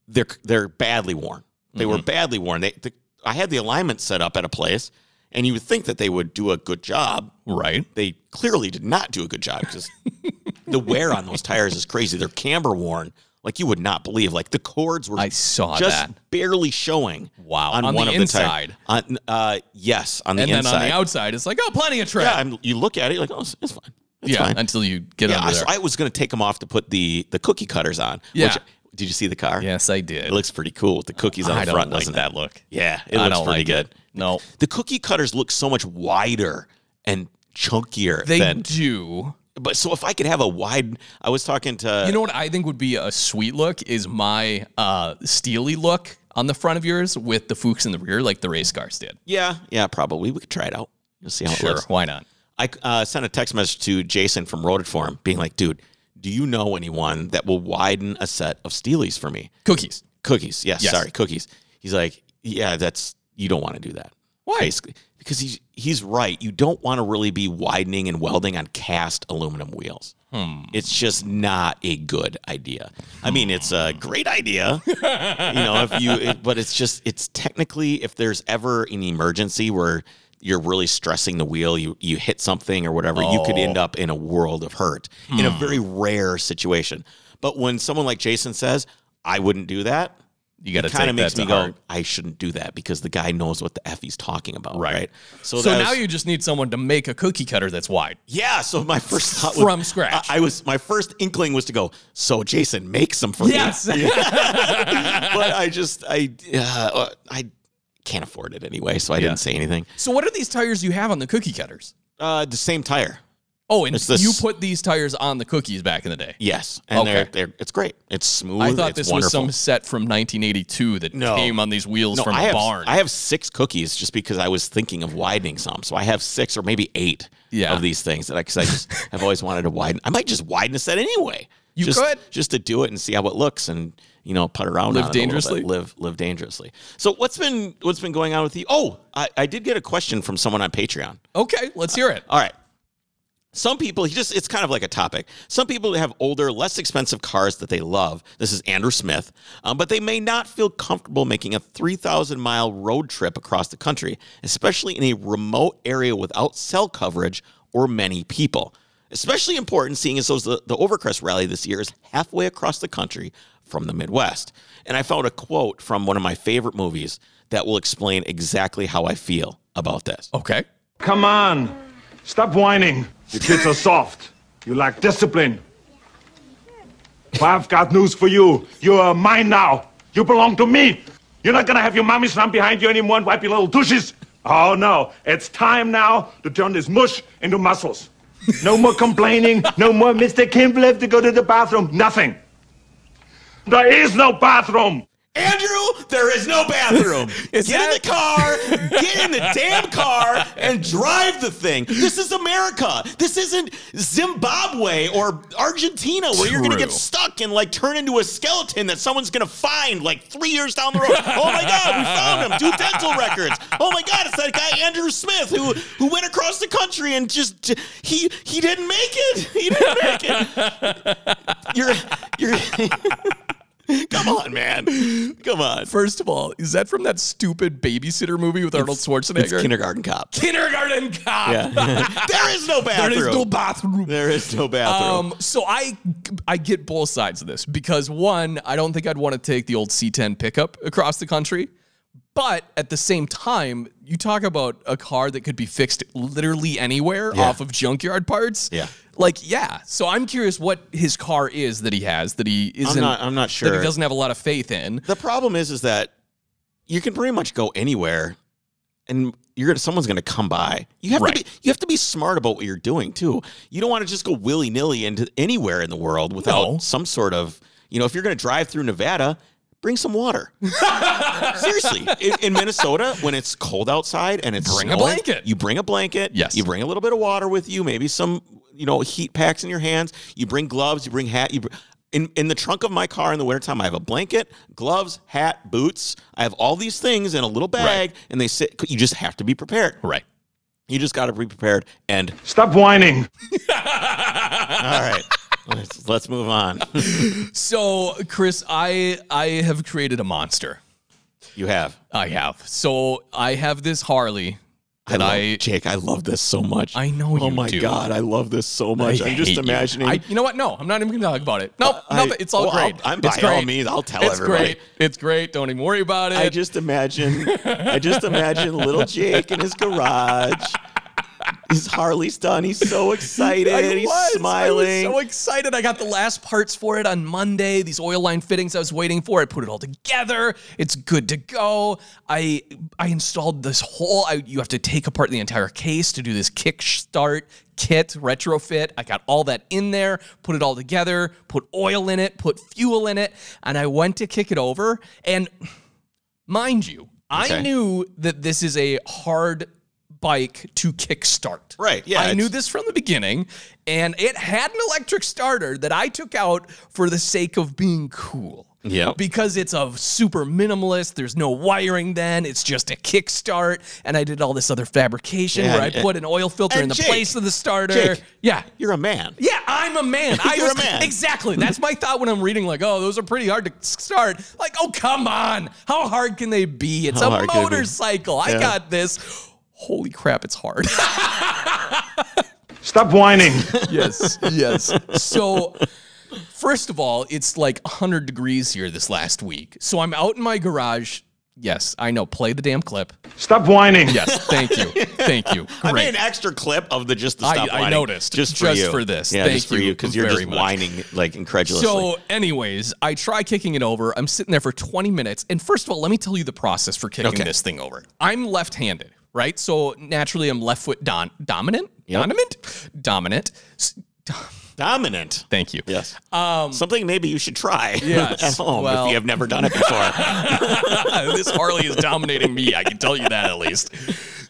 They're they're badly worn. They were badly worn. They, the, I had the alignment set up at a place, and you would think that they would do a good job.
Right.
They clearly did not do a good job because the wear on those tires is crazy. They're camber worn, like you would not believe. Like the cords were
I saw
just
that.
barely showing.
Wow.
on,
On
one
the
of
inside.
the tires. On, uh, yes, on the
And then
inside.
on the outside, it's like, oh, plenty of
yeah,
track.
I'm, you look at it, you're like, oh, it's, it's fine. It's
Yeah,
fine.
until you get
Yeah,
under
so
there.
I was going to take them off to put the the cookie cutters on.
Yeah.
Which, did you see the car?
yes, I did.
It looks pretty cool with the cookies on
I
the
don't
front,
like
doesn't it?
that look.
Yeah, it
I
looks
don't
pretty
like
good.
No,
The cookie cutters look so much wider and chunkier
they
than.
do.
But so if I could have a wide, I was talking to.
You know what I think would be a sweet look is my uh, steely look on the front of yours with the Fuchs in the rear, like the race cars did.
yeah, yeah, probably we could try it out. We'll see how it
Sure,
looks.
why not?
I uh, sent a text message to Jason from Road It Forum, being like, "Dude, do you know anyone that will widen a set of Steelies for me?
Cookies.
Cookies, yes,
Yes.
sorry, cookies." He's like, "Yeah, that's you don't want to do that."
Why?
Basically, because he's he's right. You don't want to really be widening and welding on cast aluminum wheels. It's just not a good idea. I mean, it's a great idea, you know, if you, it- but it's just, it's technically, if there's ever an emergency where you're really stressing the wheel, you, you hit something or whatever, you could end up in a world of hurt in a very rare situation. But when someone like Jason says, I wouldn't do that,
You got to
it kind
take
of makes
that
me
to
go,
heart.
I shouldn't do that because the guy knows what the F he's talking about. Right. So,
So
that
now
was-
you just need someone to make a cookie cutter that's wide.
yeah, so my first thought
From
was,
scratch.
I, I was my first inkling was to go. So Jason, make some for
Yes.
me. but I just I uh, I can't afford it anyway, so I
Yeah.
didn't say anything.
So what are these tires you have on the cookie cutters?
Uh, the same tire,
Oh, and
It's this-
you put these tires on the cookies back in the day.
yes, and
Okay.
they're, they're it's great. It's smooth.
I thought
it's
this
wonderful.
was some set from 1982 that
No.
came on these wheels
no,
from
I
a
have
barn.
I have six cookies just because I was thinking of widening some, so I have six or maybe eight
Yeah.
of these things that I because I just have always wanted to widen. I might just widen a set anyway.
You
just,
could.
just to do it and see how it looks and you know put around
Live
on it a little bit.
dangerously.
live live dangerously so what's been what's been going on with you oh I, I did get a question from someone on patreon
okay, let's hear it.
all right some people he just it's kind of like a topic some people have older less expensive cars that they love this is andrew smith um, but they may not feel comfortable making a 3000 mile road trip across the country especially in a remote area without cell coverage or many people especially important seeing as those the, the overcrest rally this year is halfway across the country from the midwest and i found a quote from one of my favorite movies that will explain exactly how i feel about this
Okay.
Come on. Stop whining. You kids are soft. You lack discipline. But I've got news for you. You are mine now. You belong to me. You're not gonna have your mommies run behind you anymore and wipe your little douches. Oh no, it's time now to turn this mush into muscles. No more complaining. No more Mr. Kimball have to go to the bathroom. Nothing. There is no bathroom.
Andrew, there is no bathroom. get
that-
in the car, get in the damn car, and drive the thing. This is America. This isn't Zimbabwe or Argentina where you're going to
True.
get stuck and like turn into a skeleton that someone's going to find like three years down the road. oh my God, we found him. Two dental records. Oh my God, it's that guy Andrew Smith who who went across the country and just he he didn't make it. He didn't make it. You're you're. Come on, man. Come on.
First of all, is that from that stupid babysitter movie with Arnold Schwarzenegger?
It's kindergarten cop.
Kindergarten cop.
there is no bathroom.
there is no bathroom.
There is no bathroom.
Um, so I I get both sides of this because one, I don't think I'd want to take the old C10 pickup across the country, but at the same time, you talk about a car that could be fixed literally anywhere
Yeah.
off of junkyard parts.
Yeah.
like yeah. So I'm curious what his car is that he has that he isn't.
not- I'm not
That
sure.
he doesn't have a lot of faith in.
the problem is, is that you can pretty much go anywhere, and you're gonna someone's gonna come by. You have
Right.
to be you have to be smart about what you're doing too. You don't want to just go willy nilly into anywhere in the world without
No.
some sort of you know. If you're gonna drive through Nevada. Bring some water. Seriously, in, in Minnesota, when it's cold outside and it's
Bring a
snowing,
blanket.
you bring a blanket.
Yes.
you bring a little bit of water with you. Maybe some, you know, heat packs in your hands. You bring gloves. You bring hat. You br- in in the trunk of my car in the wintertime, I have a blanket, gloves, hat, boots. I have all these things in a little bag, and they sit. You just have to be prepared.
Right.
You just got to be prepared. And
Stop whining.
all right, let's let's move on.
So Chris, I I have created a monster.
You have.
I have. So I have this Harley
I
that
love,
I
Jake, I love this so much.
I know
Oh
you
my
do.
god, I love this so much. I am
hate
just
you.
imagining. Uh,
I- You. know what? No, I'm not even going to talk about it. Nope,
I-
nothing. It's all
well,
great.
I'll- I'm
it's
by
great.
all means, I'll tell
it's
everybody.
great. It's great. Don't even worry about it.
I just imagine. I just imagine little Jake in his garage. His Harley done. He's so excited.
I
He's
was.
smiling.
I was so excited. I got the last parts for it on Monday. These oil line fittings I was waiting for. I put it all together. It's good to go. I I installed this whole. I, you have to take apart the entire case to do this kick start kit retrofit. I got all that in there. Put it all together. Put oil in it. Put fuel in it. And I went to kick it over. And mind you, I
Okay.
knew that this is a hard bike to kickstart.
Right, yeah,
I knew
it's-
this from the beginning, and it had an electric starter that I took out for the sake of being cool.
Yep.
Because it's a super minimalist, there's no wiring then, it's just a kickstart, and I did all this other fabrication
Yeah,
where I
and-
put an oil filter
and
in the
Jake,
place of the starter.
Jake,
yeah.
You're a man.
Yeah, I'm a man. I
You're
was,
a man.
Exactly. That's my thought when I'm reading, like, oh, those are pretty hard to start. Like, oh, come on. How hard can they be? It's
How
a
hard can it be?
motorcycle. I
Yeah.
got this. Holy crap, it's hard.
Stop whining.
yes, yes. So, first of all, it's like 100 degrees here this last week. So I'm out in my garage. Yes, I know. Play the damn clip.
Stop whining.
Yes, thank you. Thank you. Great.
I made an extra clip of the just the
I-
stop
I
whining,
noticed,
just for
just
you.
for this.
Yeah,
Thank
just for
you
you because you're
very
just
much.
whining like incredulously.
So, anyways, I try kicking it over. I'm sitting there for 20 minutes. And first of all, let me tell you the process for kicking
Okay.
this thing over. I'm left handed, right? So, naturally, I'm left foot don- dominant.
Yep.
Dominant? Dominant. S-
Dominant.
Thank you.
Yes. Um, Something maybe you should try
Yes,
at home
well-
if you have never done it before.
this Harley is dominating me. I can tell you that at least.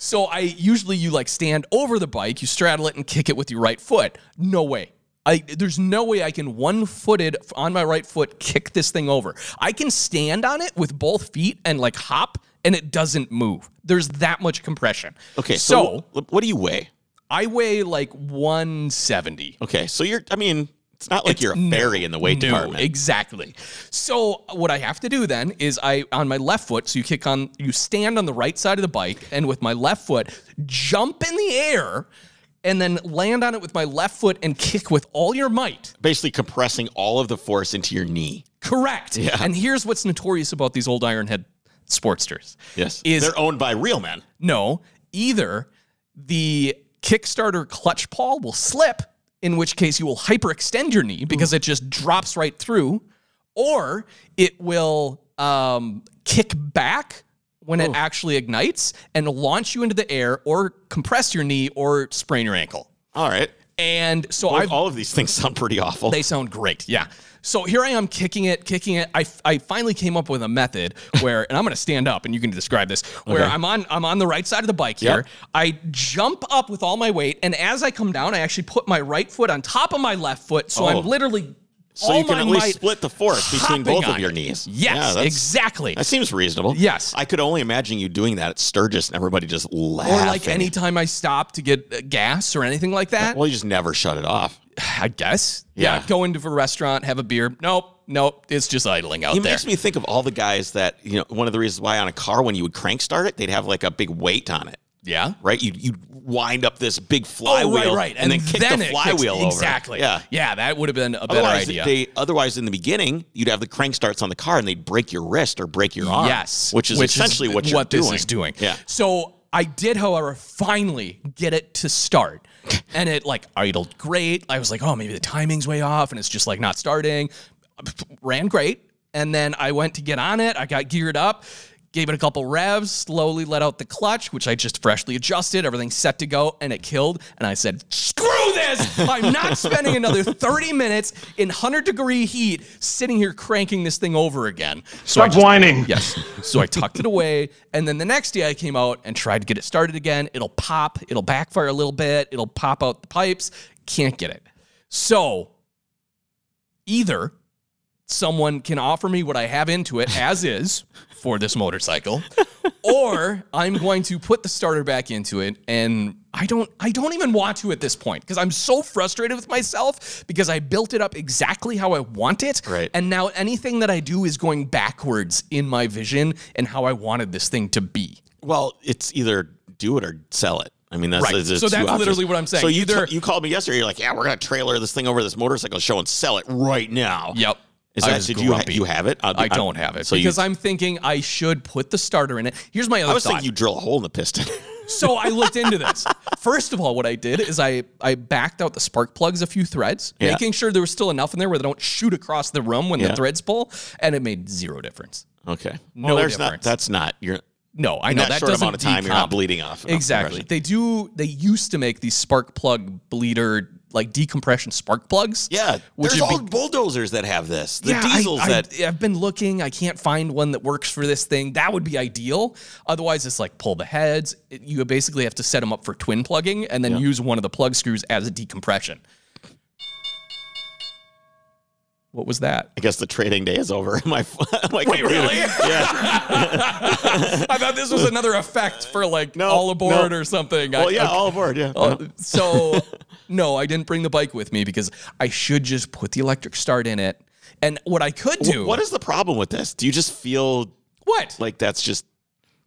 So I usually you like stand over the bike, you straddle it and kick it with your right foot. No way. I, there's no way I can one footed on my right foot kick this thing over. I can stand on it with both feet and like hop and it doesn't move. There's that much compression.
okay.
So,
So, wh- what do you weigh?
I weigh like 170.
Okay. So you're. I mean, it's not like you're a fairy in the weight
No,
department.
exactly. So what I have to do then is I on my left foot. So you kick on, you stand on the right side of the bike, and with my left foot, jump in the air, and then land on it with my left foot and kick with all your might.
Basically, compressing all of the force into your knee.
Correct.
Yeah.
And here's what's notorious about these old ironhead sportsters.
Yes.
Is-
They're owned by real men.
No, either the Kickstarter clutch paw will slip, in which case you will hyperextend your knee because it just drops right through, or it will um, kick back when it actually ignites and launch you into the air, or compress your knee, or sprain your ankle.
All right.
And so
Both-
I've
all of these things sound pretty awful.
they sound great. Yeah. So here I am kicking it, kicking it. I, I finally came up with a method where, and I'm going to stand up and you can describe this, where I'm on I'm on the right side of the bike here. I jump up with all my weight, and as I come down, I actually put my right foot on top of my left foot, so
Oh.
I'm literally
so
all
you can
my
at least
might
split the force between
hopping
both
on
of your
it.
knees.
Yes,
Yeah, that's-
exactly.
That seems reasonable.
Yes.
I could only imagine you doing that at Sturgis and everybody just laughing.
Or like anytime I stop to get uh, gas or anything like that.
Well, you just never shut it off.
I guess. Yeah.
Yeah.
Go into a restaurant, have a beer. Nope. Nope. It's just idling out
It
there.
makes me think of all the guys that, you know, one of the reasons why on a car, when you would crank start it, they'd have like a big weight on it,
yeah.
right? You'd, you'd wind up this big
Oh,
flywheel
right, right.
And, then kick
it
the
kicks-
flywheel over.
Exactly.
Yeah.
Yeah, that would have been a better
Otherwise,
idea.
they otherwise in the beginning you'd have the crank starts on the car and they'd break your wrist or break your arm.
yes.
which is essentially what you're
what
doing.
this is doing.
Yeah,
So I did, however, finally get it to start. and it like idled great. I was like, oh, maybe the timing's way off and it's just like not starting. Ran great. And then I went to get on it. I got geared up, gave it a couple revs, slowly let out the clutch, which I just freshly adjusted. Everything's set to go and it killed. And I said, screw this. I'm not spending another 30 minutes in 100 degree heat sitting here cranking this thing over again. So I
Stop
just-
whining.
Yes. So I tucked it away, and then the next day I came out and tried to get it started again. It'll pop. It'll backfire a little bit. It'll pop out the pipes. Can't get it. So either someone can offer me what I have into it as is for this motorcycle, or I'm going to put the starter back into it and I don't I don't even want to at this point because I'm so frustrated with myself because I built it up exactly how I want it.
Right.
And now anything that I do is going backwards in my vision and how I wanted this thing to be.
Well, it's either do it or sell it. I mean, that's
Right.
there's
So
two
that's
options.
literally what I'm saying.
So you
Either-
t- you called me yesterday. You're like, yeah, we're gonna trailer this thing over to this motorcycle show and sell it right now.
Yep.
Is
I
that,
was
did you ha-
grumpy.
you have it?
I don't have it
So you,
because I'm thinking I should put the starter in it. Here's my other
I was
thought.
thinking you drill a hole in the piston.
So I looked into this. First of all, what I did is I I backed out the spark plugs a few threads,
Yeah.
making sure there was still enough in there where they don't shoot across the room when
Yeah.
the threads pull, and it made zero difference.
okay. well,
No
there's not.
difference.
That's not. You're
No, I
in
know
that,
that
short
doesn't
amount of time you're not
decomp.
bleeding off. enough
Exactly.
compression.
They do. They used to make these spark plug bleeder like decompression spark plugs.
Yeah.
Which
there's
would be-
old bulldozers that have this. The
Yeah, I-
diesels
I,
that.
I've been looking. I can't find one that works for this thing. That would be ideal. Otherwise, it's like pull the heads. It- you basically have to set them up for twin plugging and then use one of the plug screws as a decompression. What was that?
I guess the trading day is over. My my Wait,
yeah. I thought this was another effect for like
No,
all aboard
no.
or something. I-
Well, yeah,
okay.
all aboard. Yeah.
Oh, so no, I didn't bring the bike with me because I should just put the electric start in it. And what I could do,
What is the problem with this? Do you just feel
what?
like that's just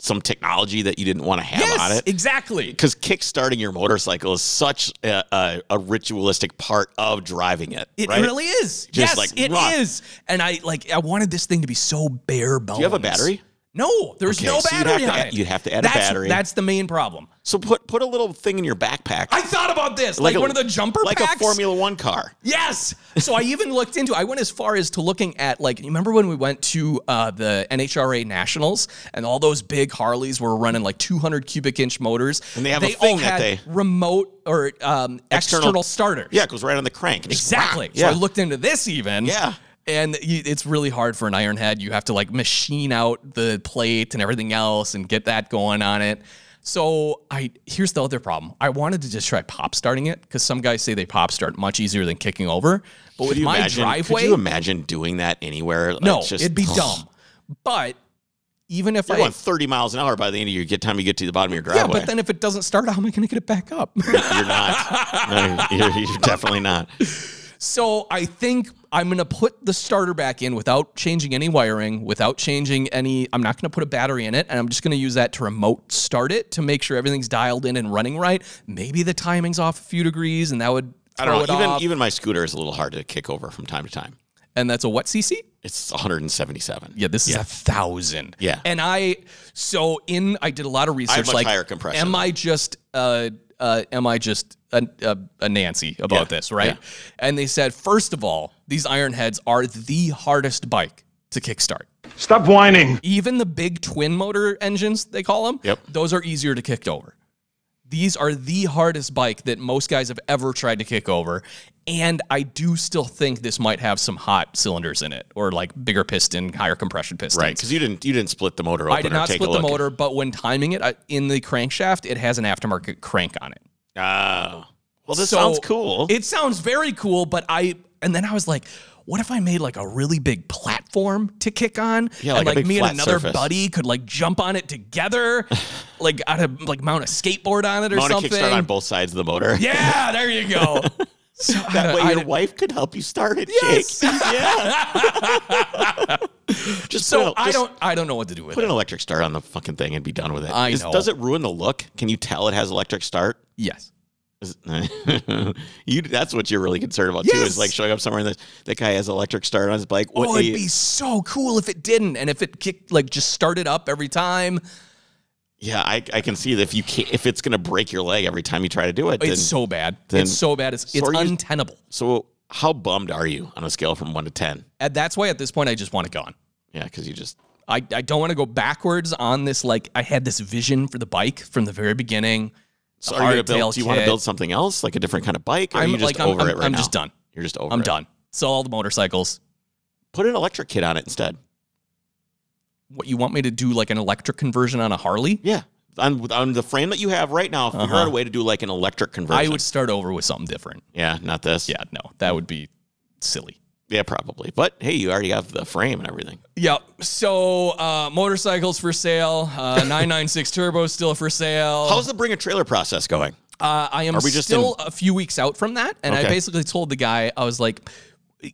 some technology that you didn't want to have on it?
exactly.
Because kickstarting your motorcycle is such a, a, a ritualistic part of driving it.
It
right?
really is.
Just
yes,
like
it
rock.
is. And I like I wanted this thing to be so bare bones. Do
you have a battery?
No, there's
Okay,
no
so you'd
battery
have to add-
on it.
you'd have to add a
that's,
battery.
That's the main problem.
So put put a little thing in your backpack,
I thought about this, like,
a-
one of the jumper
like
packs.
a Formula One car.
Yes. So I even looked into. I went as far as to looking at like. You remember when we went to uh, the NHRA Nationals and all those big Harleys were running like 200 cubic inch motors,
And they have a
they
thing
all
that
had
they-
remote or um, external, starters.
Yeah, it goes right on the crank. and just
Exactly.
whack.
So I
Yeah.
looked into this even.
Yeah.
And you, it's really hard for an iron head. You have to like machine out the plate and everything else and get that going on it. So I here's the other problem. I wanted to just try pop starting it because some guys say they pop start much easier than kicking over. But with
Could you
my
imagine,
driveway,
Could you imagine doing that anywhere? Like,
no,
just-
it'd be dumb. But even if
You're
I
going 30 miles an hour by the end of your get time you get to the bottom of your
yeah,
driveway.
but then if it doesn't start, how am I going to get it back up?
you're not. No, you're, you're definitely not.
So I think I'm going to put the starter back in without changing any wiring, without changing any. I'm not going to put a battery in it, and I'm just going to use that to remote start it to make sure everything's dialed in and running right. Maybe the timing's off a few degrees, and that would
I don't
throw it
know. Even e-
off.
even my scooter is a little hard to kick over from time to time.
and that's a what CC?
It's 177.
Yeah, this is a thousand.
Yeah.
and I so in I did a lot of research.
much
like,
higher compression.
Am I just uh uh am I just a, a, a Nancy about
Yeah.
this right? And they said first of all, these iron heads are the hardest bike to kickstart.
Stop whining.
even the big twin motor engines they call them
Yep.
those are easier to kick over these are the hardest bike that most guys have ever tried to kick over and i do still think this might have some hot cylinders in it or like bigger piston higher compression pistons
Right, because you didn't you didn't split the motor open
i did
or
not
take
split
a
the
look.
motor but when timing it I, in the crankshaft it has an aftermarket crank on it
Oh, well, this
So,
sounds cool.
It sounds very cool, but I and then I was like, what if I made like a really big platform to kick on?
Yeah, like
and
a
like
big
me
flat
and another
surface.
buddy could like jump on it together, like out of like mount a skateboard on it or
I want to
something.
kickstart on both sides of the motor.
yeah, there you go. So,
That way,
I-
your wife could help you start it,
Yes.
Jake. Yeah. just
so
put a-
I
just
don't I don't know what to do with
put
it.
an electric start on the fucking thing and be done with it.
I
Is-
know.
Does it ruin the look? Can you tell it has electric start?
Yes.
Is it- you that's what you're really concerned about too. Is
Yes.
like showing up somewhere and the, that guy has electric start on his bike. What
oh,
a-
it'd be so cool if it didn't, and if it kicked like just started up every time.
yeah, I, I can see that if you can't, if it's gonna break your leg every time you try to do it.
It's
then-
so bad.
then-
it's so bad. It's
So
it's
are you-
untenable.
so how bummed are you on a scale from one to ten?
And that's why at this point I just want it gone.
Yeah, because you just
I, I don't want to go backwards on this. Like I had this vision for the bike from the very beginning.
so
The
are you gonna
hardtail
build? Do you want to
kit.
build something else, like a different kind of bike? Or are
I'm
you just
like, I'm-
over
I'm-
it right
I'm
now?
just done.
You're just over.
I'm
it.
done. Sell all the motorcycles.
Put an electric kit on it instead.
What you want me to do? Like an electric conversion on a Harley?
Yeah, on on the frame that you have right now, figure
Uh-huh.
out a way to do like an electric conversion.
I would start over with something different.
Yeah, not this.
Yeah, no, that would be silly.
Yeah, probably. But hey, you already have the frame and everything.
Yep. So uh, motorcycles for sale. Uh, 996 turbos still for sale.
How's the bring a trailer process going?
Uh, I am
Are we just
still a few weeks out from that, and I
Okay.
basically told the guy, I was like,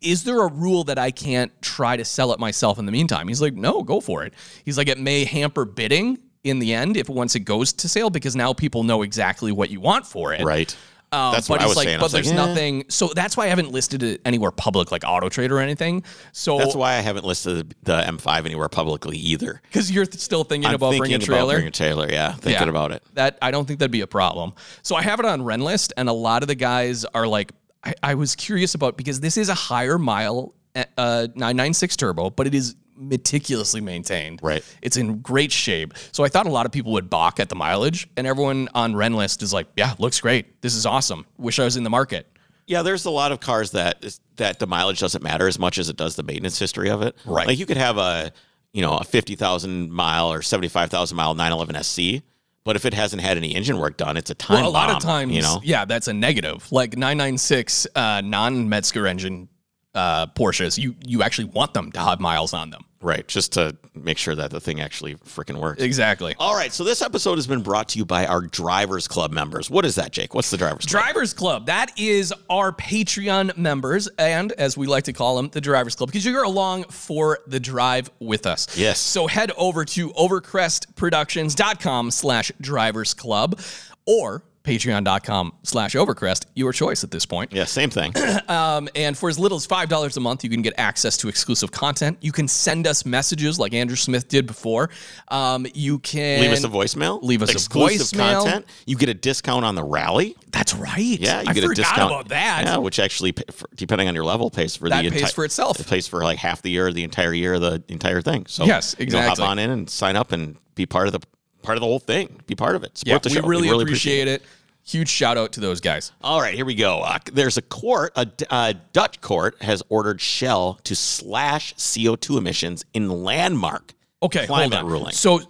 "Is there a rule that I can't try to sell it myself in the meantime?" He's like, "No, go for it." He's like, "It may hamper bidding in the end if once it goes to sale because now people know exactly what you want for it."
Right.
Um,
That's what
but
I
he's
was
like,
saying. I
But
was like,
there's
"Eh."
nothing. So that's why I haven't listed it anywhere public, like Auto Trader or anything. So
That's why I haven't listed the M5 anywhere publicly either.
because you're th- still thinking about bringing a
about
trailer.
bringing a trailer. Yeah, thinking
Yeah.
about it.
that I don't think that'd be a problem. So I have it on Renlist, and a lot of the guys are like, I, I was curious about because this is a higher mile uh, 996 turbo, but it is meticulously maintained.
Right.
It's in great shape. So I thought a lot of people would balk at the mileage, and everyone on Renlist is like, yeah, looks great. This is awesome. Wish I was in the market.
Yeah, there's a lot of cars that that the mileage doesn't matter as much as it does the maintenance history of it.
Right.
Like you could have a you know a fifty thousand mile or seventy five thousand mile 911 SC, but if it hasn't had any engine work done, it's a time.
Well, a lot of
bomb,
times,
you know.
yeah, that's a negative. Like 996 uh, non Metzger engine uh, Porsches, you you actually want them to have miles on them.
Right. Just to make sure that the thing actually freaking works.
Exactly.
All right. So this episode has been brought to you by our drivers club members. What is that, Jake? What's the drivers club?
Drivers Club. That is our Patreon members, and as we like to call them, the Drivers Club, because you're along for the drive with us.
Yes.
So head over to overcrestproductions.com slash drivers club or patreon.com slash overcrest, your choice at this point.
yeah, same thing.
And for as little as $5 a month, you can get access to exclusive content. You can send us messages like Andrew Smith did before. Um, you can
leave us a voicemail.
leave us a
exclusive
voicemail.
content. You get a discount on the rally.
That's right.
Yeah, you
I
get
forgot
a discount
about that.
Yeah, which actually, pa- for, depending on your level, pays for
That
the
pays for itself.
It pays for like half the year, the entire year, the entire thing. So
Yes,
you know,
exactly.
hop on in and sign up and be part of the part of the whole thing. Be part of it. Support
Yeah,
the
we
show.
really, appreciate it. Huge shout out to those guys.
All right, here we go. Uh, there's a court, a D- uh, Dutch court has ordered Shell to slash CO2 emissions in landmark.
Okay,
climate
hold on.
ruling.
So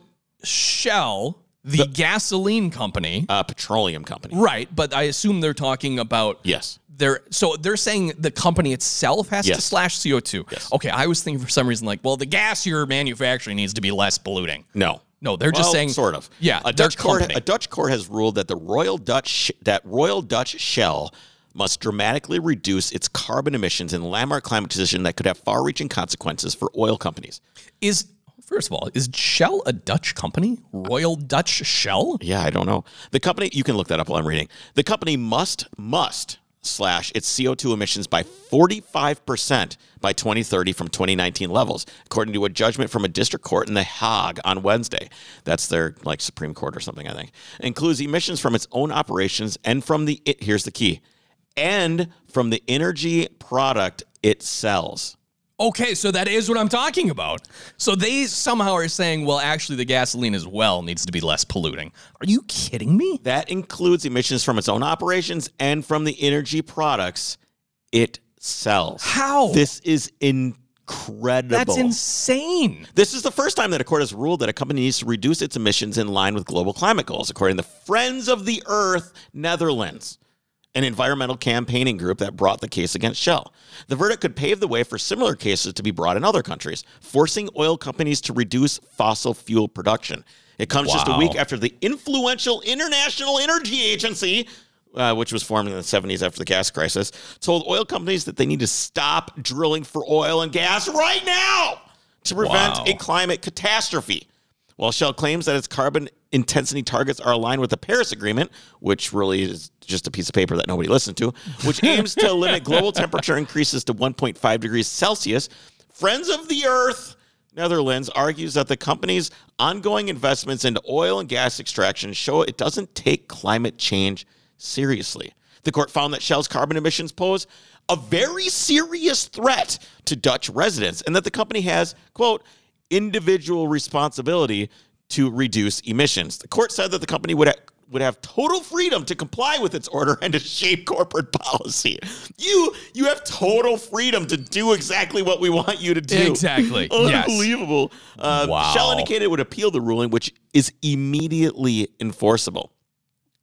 Shell, the, gasoline company,
uh, petroleum company.
right? But I assume they're talking about
Yes.
They're so they're saying the company itself has to
Yes.
slash CO two. Okay, I was thinking for some reason like, well, the gas you're manufacturing needs to be less polluting.
No.
No, they're just
Well,
saying
sort of.
Yeah,
a
their
Dutch court.
company.
A Dutch court has ruled that the Royal Dutch Sh- that Royal Dutch Shell must dramatically reduce its carbon emissions in a landmark climate decision that could have far-reaching consequences for oil companies.
is first of all is Shell a Dutch company? Royal Dutch Shell?
Yeah, I don't know. The company you can look that up while I'm reading. The company must must slash its CO2 emissions by 45% by 2030 from 2019 levels, according to a judgment from a district court in The Hague on Wednesday. That's their like Supreme Court or something, I think. includes emissions from its own operations and from the it, here's the key. And from the energy product it sells.
Okay, so that is what I'm talking about. So they somehow are saying, well, actually, the gasoline as well needs to be less polluting. Are you kidding me?
That includes emissions from its own operations and from the energy products it sells.
How?
This is incredible.
That's insane.
This is the first time that a court has ruled that a company needs to reduce its emissions in line with global climate goals, according to the Friends of the Earth Netherlands, an environmental campaigning group that brought the case against Shell. The verdict could pave the way for similar cases to be brought in other countries, forcing oil companies to reduce fossil fuel production. It comes just a
Wow.
week after the influential International Energy Agency. Uh, which was formed in the 70s after the gas crisis, told oil companies that they need to stop drilling for oil and gas right now to prevent
Wow.
a climate catastrophe. While Shell claims that its carbon intensity targets are aligned with the Paris Agreement, which really is just a piece of paper that nobody listened to, which aims to limit global temperature increases to 1.5 degrees Celsius, Friends of the Earth Netherlands argues that the company's ongoing investments into oil and gas extraction show it doesn't take climate change seriously. The court found that Shell's carbon emissions pose a very serious threat to Dutch residents and that the company has, quote, individual responsibility to reduce emissions. The court said that the company would ha- would have total freedom to comply with its order and to shape corporate policy. You you have total freedom to do exactly what we want you to do.
Exactly. Yes.
Unbelievable. Uh,
Wow.
Shell indicated it would appeal the ruling, which is immediately enforceable.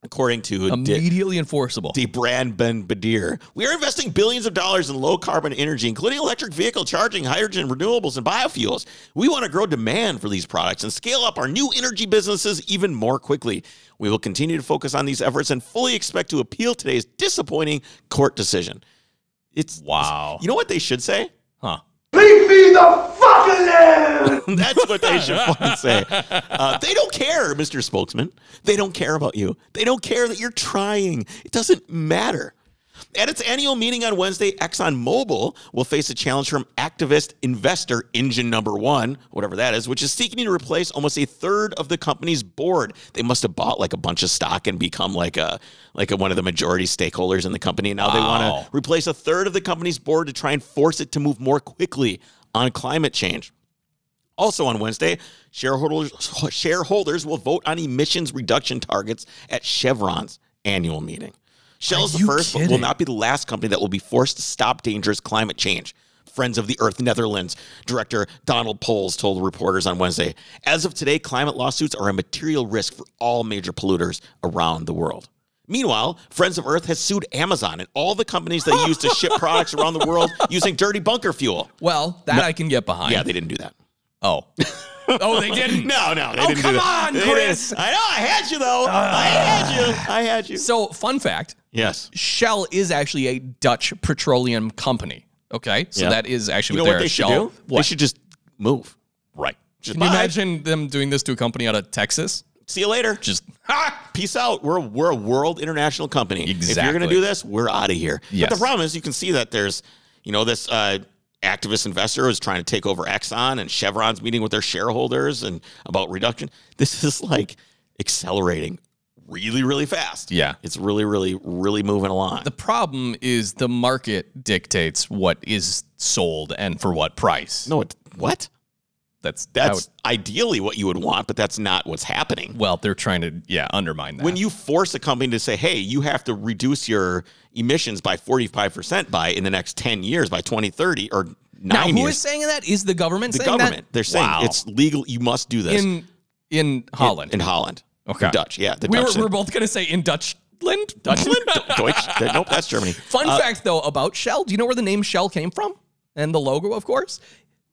according to De,
Immediately enforceable.
De Brand Ben Badir. We are investing billions of dollars in low carbon energy, including electric vehicle charging, hydrogen, renewables, and biofuels. We want to grow demand for these products and scale up our new energy businesses even more quickly. We will continue to focus on these efforts and fully expect to appeal today's disappointing court decision. It's
Wow.
You know what they should say?
Huh.
Leave me the fuck alone!
That's what they should fucking say. Uh, they don't care, Mr. Spokesman. They don't care about you. They don't care that you're trying. It doesn't matter. At its annual meeting on Wednesday, ExxonMobil will face a challenge from activist investor Engine Number One, whatever that is, which is seeking to replace almost a third of the company's board. They must have bought like a bunch of stock and become like a like a, one of the majority stakeholders in the company. And now they want to replace a third of the company's board to try and force it to move more quickly on climate change. Also on Wednesday, shareholders shareholders will vote on emissions reduction targets at Chevron's annual meeting. Shell is the
you
first, but will
kidding?
not be the last company that will be forced to stop dangerous climate change. Friends of the Earth Netherlands director Donald Poles told reporters on Wednesday, as of today, climate lawsuits are a material risk for all major polluters around the world. Meanwhile, Friends of Earth has sued Amazon and all the companies that use to ship products around the world using dirty bunker fuel.
Well, that I can get behind.
Yeah, they didn't do that.
Oh. oh, they didn't.
No, no, they
Oh,
didn't
come
do that.
on,
They didn't.
Chris.
I know, I had you though. I had you. I had you.
So, fun fact
Yes.
Shell is actually a Dutch petroleum company. Okay. So
Yeah.
that is actually
You know
what
what
they're
they should
Shell.
do? They
What?
should just move.
right.
Just
Can you
bye.
imagine them doing this to a company out of Texas?
See you later.
Just
Peace out. We're we're a world international company. If you're
Exactly.
gonna do this, we're out of here.
Yes.
But the problem is, you can see that there's, you know, this uh, activist investor is trying to take over Exxon, and Chevron's meeting with their shareholders and about reduction. This is like accelerating really, really fast.
Yeah.
It's really, really, really moving along.
the problem is the market dictates what is sold and for what price.
no, it, what?
That's
That's ideally what you would want, but that's not what's happening.
well, they're trying to yeah undermine that.
When you force a company to say, "Hey, you have to reduce your emissions by 45% by in the next 10 years by 2030 or 9
now, who
years."
is saying that? Is the government
the
saying
government. They're saying
Wow.
it's legal, you must do
that
this
in in Holland?
In, Holland.
Okay.
The Dutch. Yeah, the
we were,
Dutch.
we were both gonna say in Dutchland.
Deutsch- Deutsch- Nope, that's Germany.
Fun fact though about Shell. Do you know where the name Shell came from? And the logo, of course.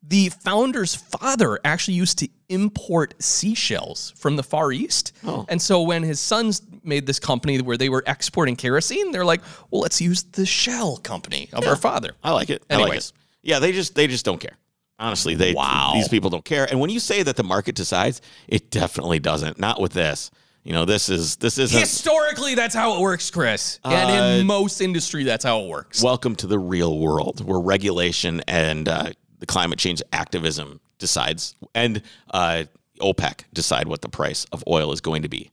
The founder's father actually used to import seashells from the Far East. And so when his sons made this company where they were exporting kerosene, they're like, well, let's use the shell company of our father.
I like it. I like
Anyways.
it. Yeah, they just they just don't care. Honestly, they
Wow.
these people don't care. And when you say that the market decides, it definitely doesn't. Not with this. You know, this is this isn't
Historically, that's how it works, Chris. and in most industry, that's how it works.
Welcome to the real world where regulation and uh, the climate change activism decides and uh, OPEC decide what the price of oil is going to be.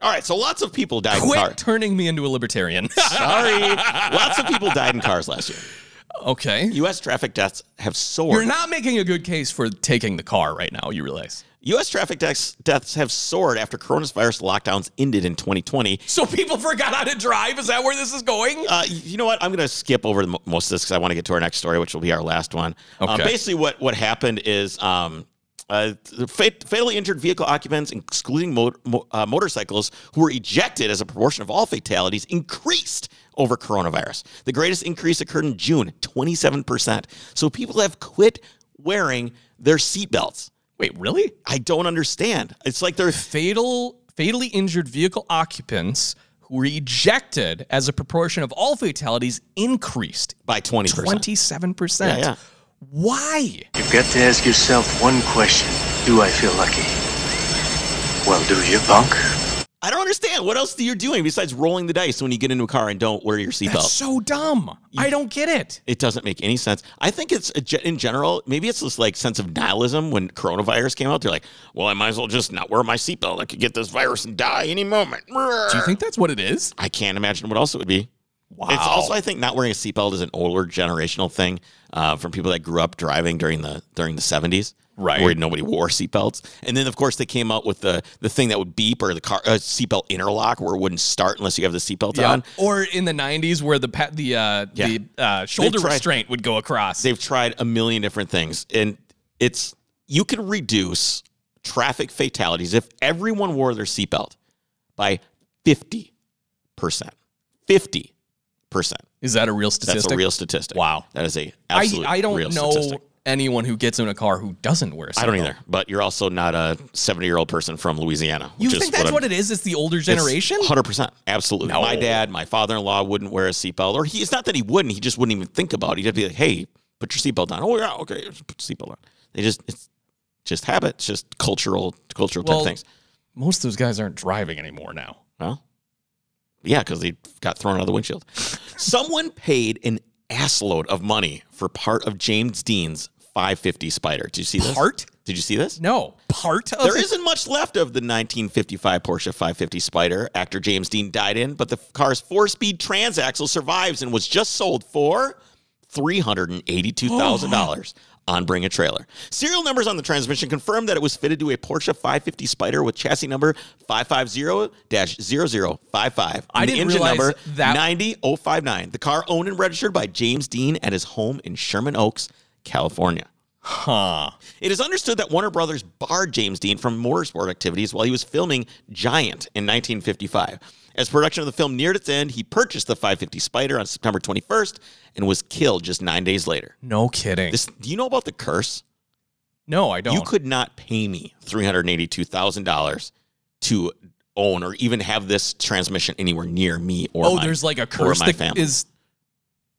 All right, so lots of people died in
Quit
cars.
turning me into a libertarian.
Sorry. lots of people died in cars last year.
okay.
U.S. traffic deaths have soared.
You're not making a good case for taking the car right now, you realize.
U.S. traffic deaths, deaths have soared after coronavirus lockdowns ended in 2020.
So people forgot how to drive? Is that where this is going?
Uh, y- you know what? I'm going to skip over the, mo- most of this because I want to get to our next story, which will be our last one. Uh,
Okay.
basically, what what happened is um, uh, the fat- fatally injured vehicle occupants, excluding mo- mo- uh, motorcycles, who were ejected as a proportion of all fatalities, increased over coronavirus. The greatest increase occurred in June, 27%. So people have quit wearing their seatbelts.
Wait, really?
I don't understand. It's like they're
Fatal, fatally injured vehicle occupants who were ejected as a proportion of all fatalities increased
by 20%.
27%.
Yeah, yeah.
Why?
You've got to ask yourself one question. Do I feel lucky? Well, do you, punk?
I don't understand. What else do you doing besides rolling the dice when you get into a car and don't wear your seatbelt?
That's so dumb. I don't get it.
It doesn't make any sense. I think it's a ge- in general, maybe it's this like sense of nihilism when coronavirus came out. They're like, well, I might as well just not wear my seatbelt. I could get this virus and die any moment.
Do you think that's what it is?
I can't imagine what else it would be.
Wow.
It's also, I think, not wearing a seatbelt is an older generational thing uh, from people that grew up driving during the during the seventies,
Right.
Where nobody wore seatbelts, and then of course they came out with the the thing that would beep or the car uh, seatbelt interlock where it wouldn't start unless you have the seatbelt
yeah.
on.
Or in the 90s where the pa- the uh,
Yeah.
the uh, shoulder
They've tried-
restraint would go across.
they've tried a million different things and it's you can reduce traffic fatalities if everyone wore their seatbelt by 50%. 50%.
Is that a real
That's
statistic?
a real statistic.
Wow.
That is a
I,
absolute
I
real
don't know
statistic.
anyone who gets in a car who doesn't wear a seatbelt.
I don't either. But you're also not a 70 year old person from Louisiana.
You
which is
think that's what it is? It's the older generation?
Hundred percent, absolutely. My dad, my father-in-law wouldn't wear a seatbelt, or he. It's not that he wouldn't; he just wouldn't even think about it. He'd be like, "Hey, put your seatbelt on." Oh yeah, okay, just put your seatbelt on. They just it's just habits, just cultural cultural
Well-
type things.
Most of those guys aren't driving anymore now.
Well, yeah, because they got thrown out of the windshield. Someone paid an assload of money for part of James Dean's 550 Spider. Did you see this?
Part?
Did you see this?
No. Part of
There
it?
isn't much left of the 1955 Porsche 550 Spider actor James Dean died in, but the car's four speed transaxle survives and was just sold for $382,000
Oh,
on Bring a Trailer. Serial numbers on the transmission confirm that it was fitted to a Porsche 550 Spider with chassis number 550 0055.
I
and the
didn't
engine
realize
number
that-
90059. The car owned and registered by James Dean at his home in Sherman Oaks, California.
Huh.
It is understood that Warner Brothers barred James Dean from motorsport activities while he was filming Giant in 1955. As production of the film neared its end, he purchased the 550 Spider on September 21st and was killed just nine days later.
No kidding.
This, do you know about the curse?
no, I don't.
You could not pay me $382,000 to own or even have this transmission anywhere near me or
oh,
my-
there's like a
or
curse
my
that is.
family.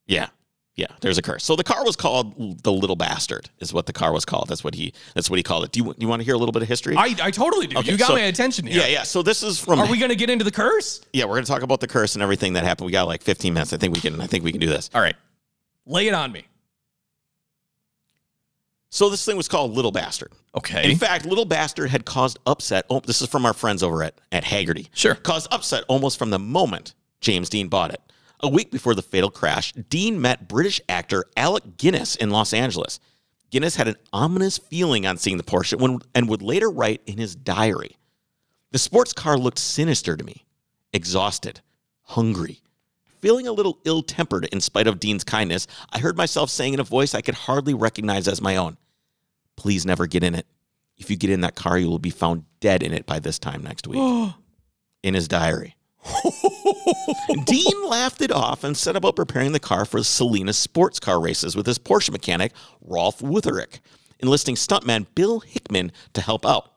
Yeah. Yeah, there's a curse. So the car was called the Little Bastard, is what the car was called. That's what he. That's what he called it. Do you, you want to hear a little bit of history?
I, I totally do.
Okay,
you got
so-
my attention here.
Yeah, yeah. So this is from.
Are we going to get into the curse?
yeah, we're gonna talk about the curse and everything that happened. We got like 15 minutes. I think we can. I think we can do this.
All right. Lay it on me.
So this thing was called Little Bastard.
Okay.
In fact, Little Bastard had caused upset. Oh, this is from our friends over at at Haggerty.
Sure.
Caused upset almost from the moment James Dean bought it. A week before the fatal crash, Dean met British actor Alec Guinness in Los Angeles. Guinness had an ominous feeling on seeing the Porsche when, and would later write in his diary The sports car looked sinister to me, exhausted, hungry. Feeling a little ill tempered in spite of Dean's kindness, I heard myself saying in a voice I could hardly recognize as my own, Please never get in it. If you get in that car, you will be found dead in it by this time next week. in his diary. Dean laughed it off and set about preparing the car for Selena's sports car races with his Porsche mechanic, Rolf Wutherick, enlisting stuntman Bill Hickman to help out.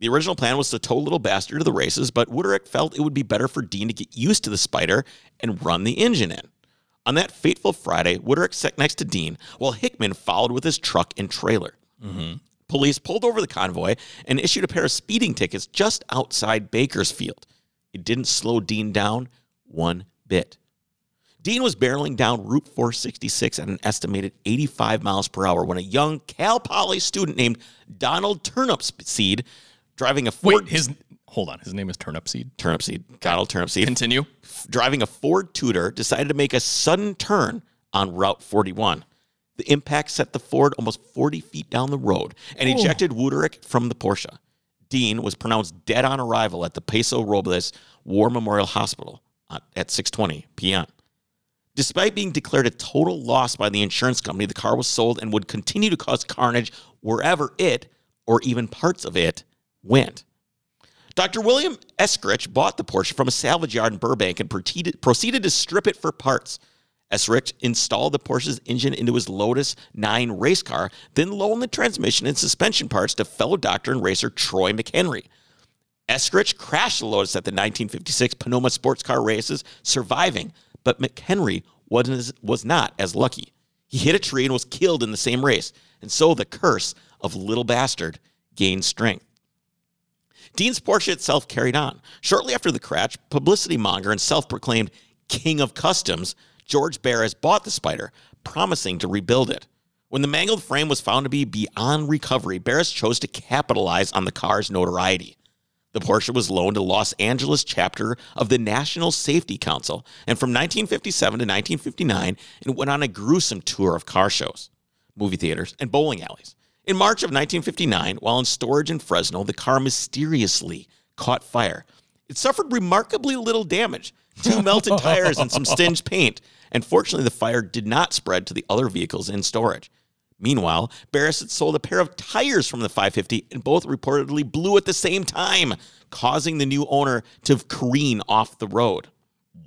The original plan was to tow Little Bastard to the races, but Wutherick felt it would be better for Dean to get used to the spider and run the engine in. On that fateful Friday, Wutherick sat next to Dean while Hickman followed with his truck and trailer.
Mm-hmm.
Police pulled over the convoy and issued a pair of speeding tickets just outside Bakersfield. It didn't slow Dean down one bit. Dean was barreling down Route 466 at an estimated 85 miles per hour when a young Cal Poly student named Donald Turnipseed, driving a Ford
Wait, his. Hold on. His name is Turnip Seed.
Turnipseed, Donald Turnipseed,
Continue.
driving a Ford Tudor, decided to make a sudden turn on Route 41. The impact set the Ford almost 40 feet down the road and ejected Wooderick from the Porsche. Dean was pronounced dead on arrival at the Peso Robles War Memorial Hospital at at 6:20 p.m. Despite being declared a total loss by the insurance company, the car was sold and would continue to cause carnage wherever it or even parts of it went. Dr. William Eskrich bought the Porsche from a salvage yard in Burbank and proceeded, proceeded to strip it for parts. Eskrich installed the Porsche's engine into his Lotus 9 race car, then loaned the transmission and suspension parts to fellow doctor and racer Troy McHenry. Eskrich crashed the Lotus at the 1956 Panoma sports car races, surviving, but McHenry wasn't as, was not as lucky. He hit a tree and was killed in the same race, and so the curse of Little Bastard gained strength. Dean's Porsche itself carried on. Shortly after the crash, publicity monger and self proclaimed king of customs, George Barris bought the Spider, promising to rebuild it. When the mangled frame was found to be beyond recovery, Barris chose to capitalize on the car's notoriety. The Porsche was loaned to Los Angeles chapter of the National Safety Council, and from 1957 to 1959, it went on a gruesome tour of car shows, movie theaters, and bowling alleys. In March of 1959, while in storage in Fresno, the car mysteriously caught fire. It suffered remarkably little damage two melted tires and some singed paint, and fortunately, the fire did not spread to the other vehicles in storage. Meanwhile, Barris had sold a pair of tires from the 550 and both reportedly blew at the same time, causing the new owner to careen off the road.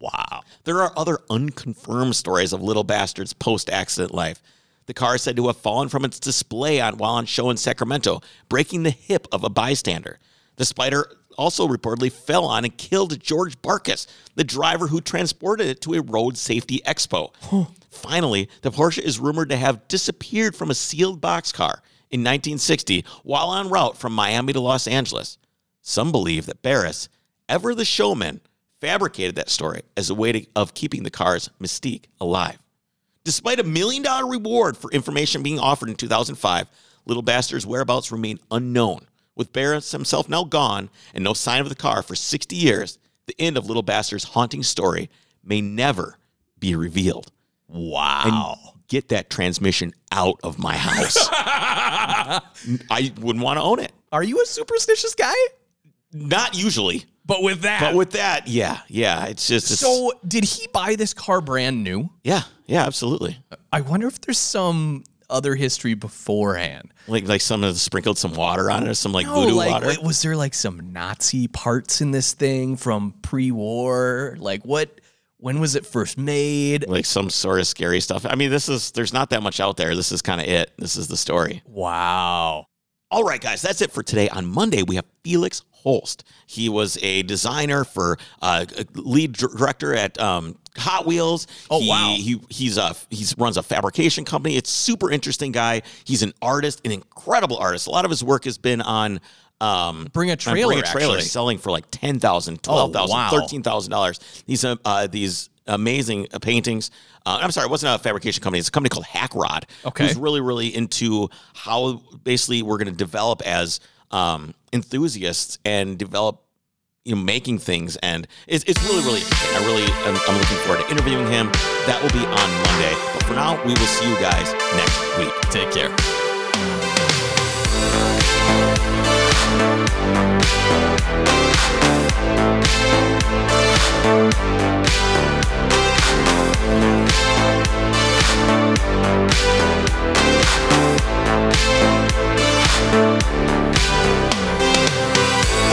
Wow. There are other unconfirmed stories of Little Bastard's post accident life. The car is said to have fallen from its display on, while on show in Sacramento, breaking the hip of a bystander. The spider also reportedly fell on and killed George Barkus, the driver who transported it to a road safety expo. Finally, the Porsche is rumored to have disappeared from a sealed boxcar in 1960 while en route from Miami to Los Angeles. Some believe that Barris, ever the showman, fabricated that story as a way to, of keeping the car's mystique alive. Despite a million dollar reward for information being offered in 2005, Little Bastard's whereabouts remain unknown. With Barris himself now gone and no sign of the car for 60 years, the end of Little Bastard's haunting story may never be revealed. Wow. And get that transmission out of my house. I wouldn't want to own it.
Are you a superstitious guy?
Not usually.
But with that.
But with that, yeah, yeah, it's just it's,
so did he buy this car brand new?
yeah, yeah, absolutely.
I wonder if there's some other history beforehand.
Like like someone has sprinkled some water on it, or some like voodoo
Oh, like,
water.
wait, was there like some Nazi parts in this thing from pre-war? Like what? When was it first made?
like some sort of scary stuff. I mean, this is there's not that much out there. This is kind of it. This is the story.
Wow.
All right, guys, that's it for today. On Monday, we have Felix Holst. He was a designer for uh, lead dir- director at um, Hot Wheels.
Oh,
He-
wow.
He he's a he's runs a fabrication company. It's super interesting guy. He's an artist, an incredible artist. A lot of his work has been on. Um,
Bring a
on
trailer,
bring a trailer
actually. Oh,
selling for like ten thousand, twelve thousand,
wow.
thirteen thousand dollars. These uh, uh, these amazing uh, paintings. Uh, I'm sorry, it wasn't a fabrication company. It's a company called Hack Rod.
Okay.
who's really really into how basically we're going to develop as um, enthusiasts and develop you know making things and it's, it's really really interesting i really am, i'm looking forward to interviewing him that will be on monday but for now we will see you guys next week take care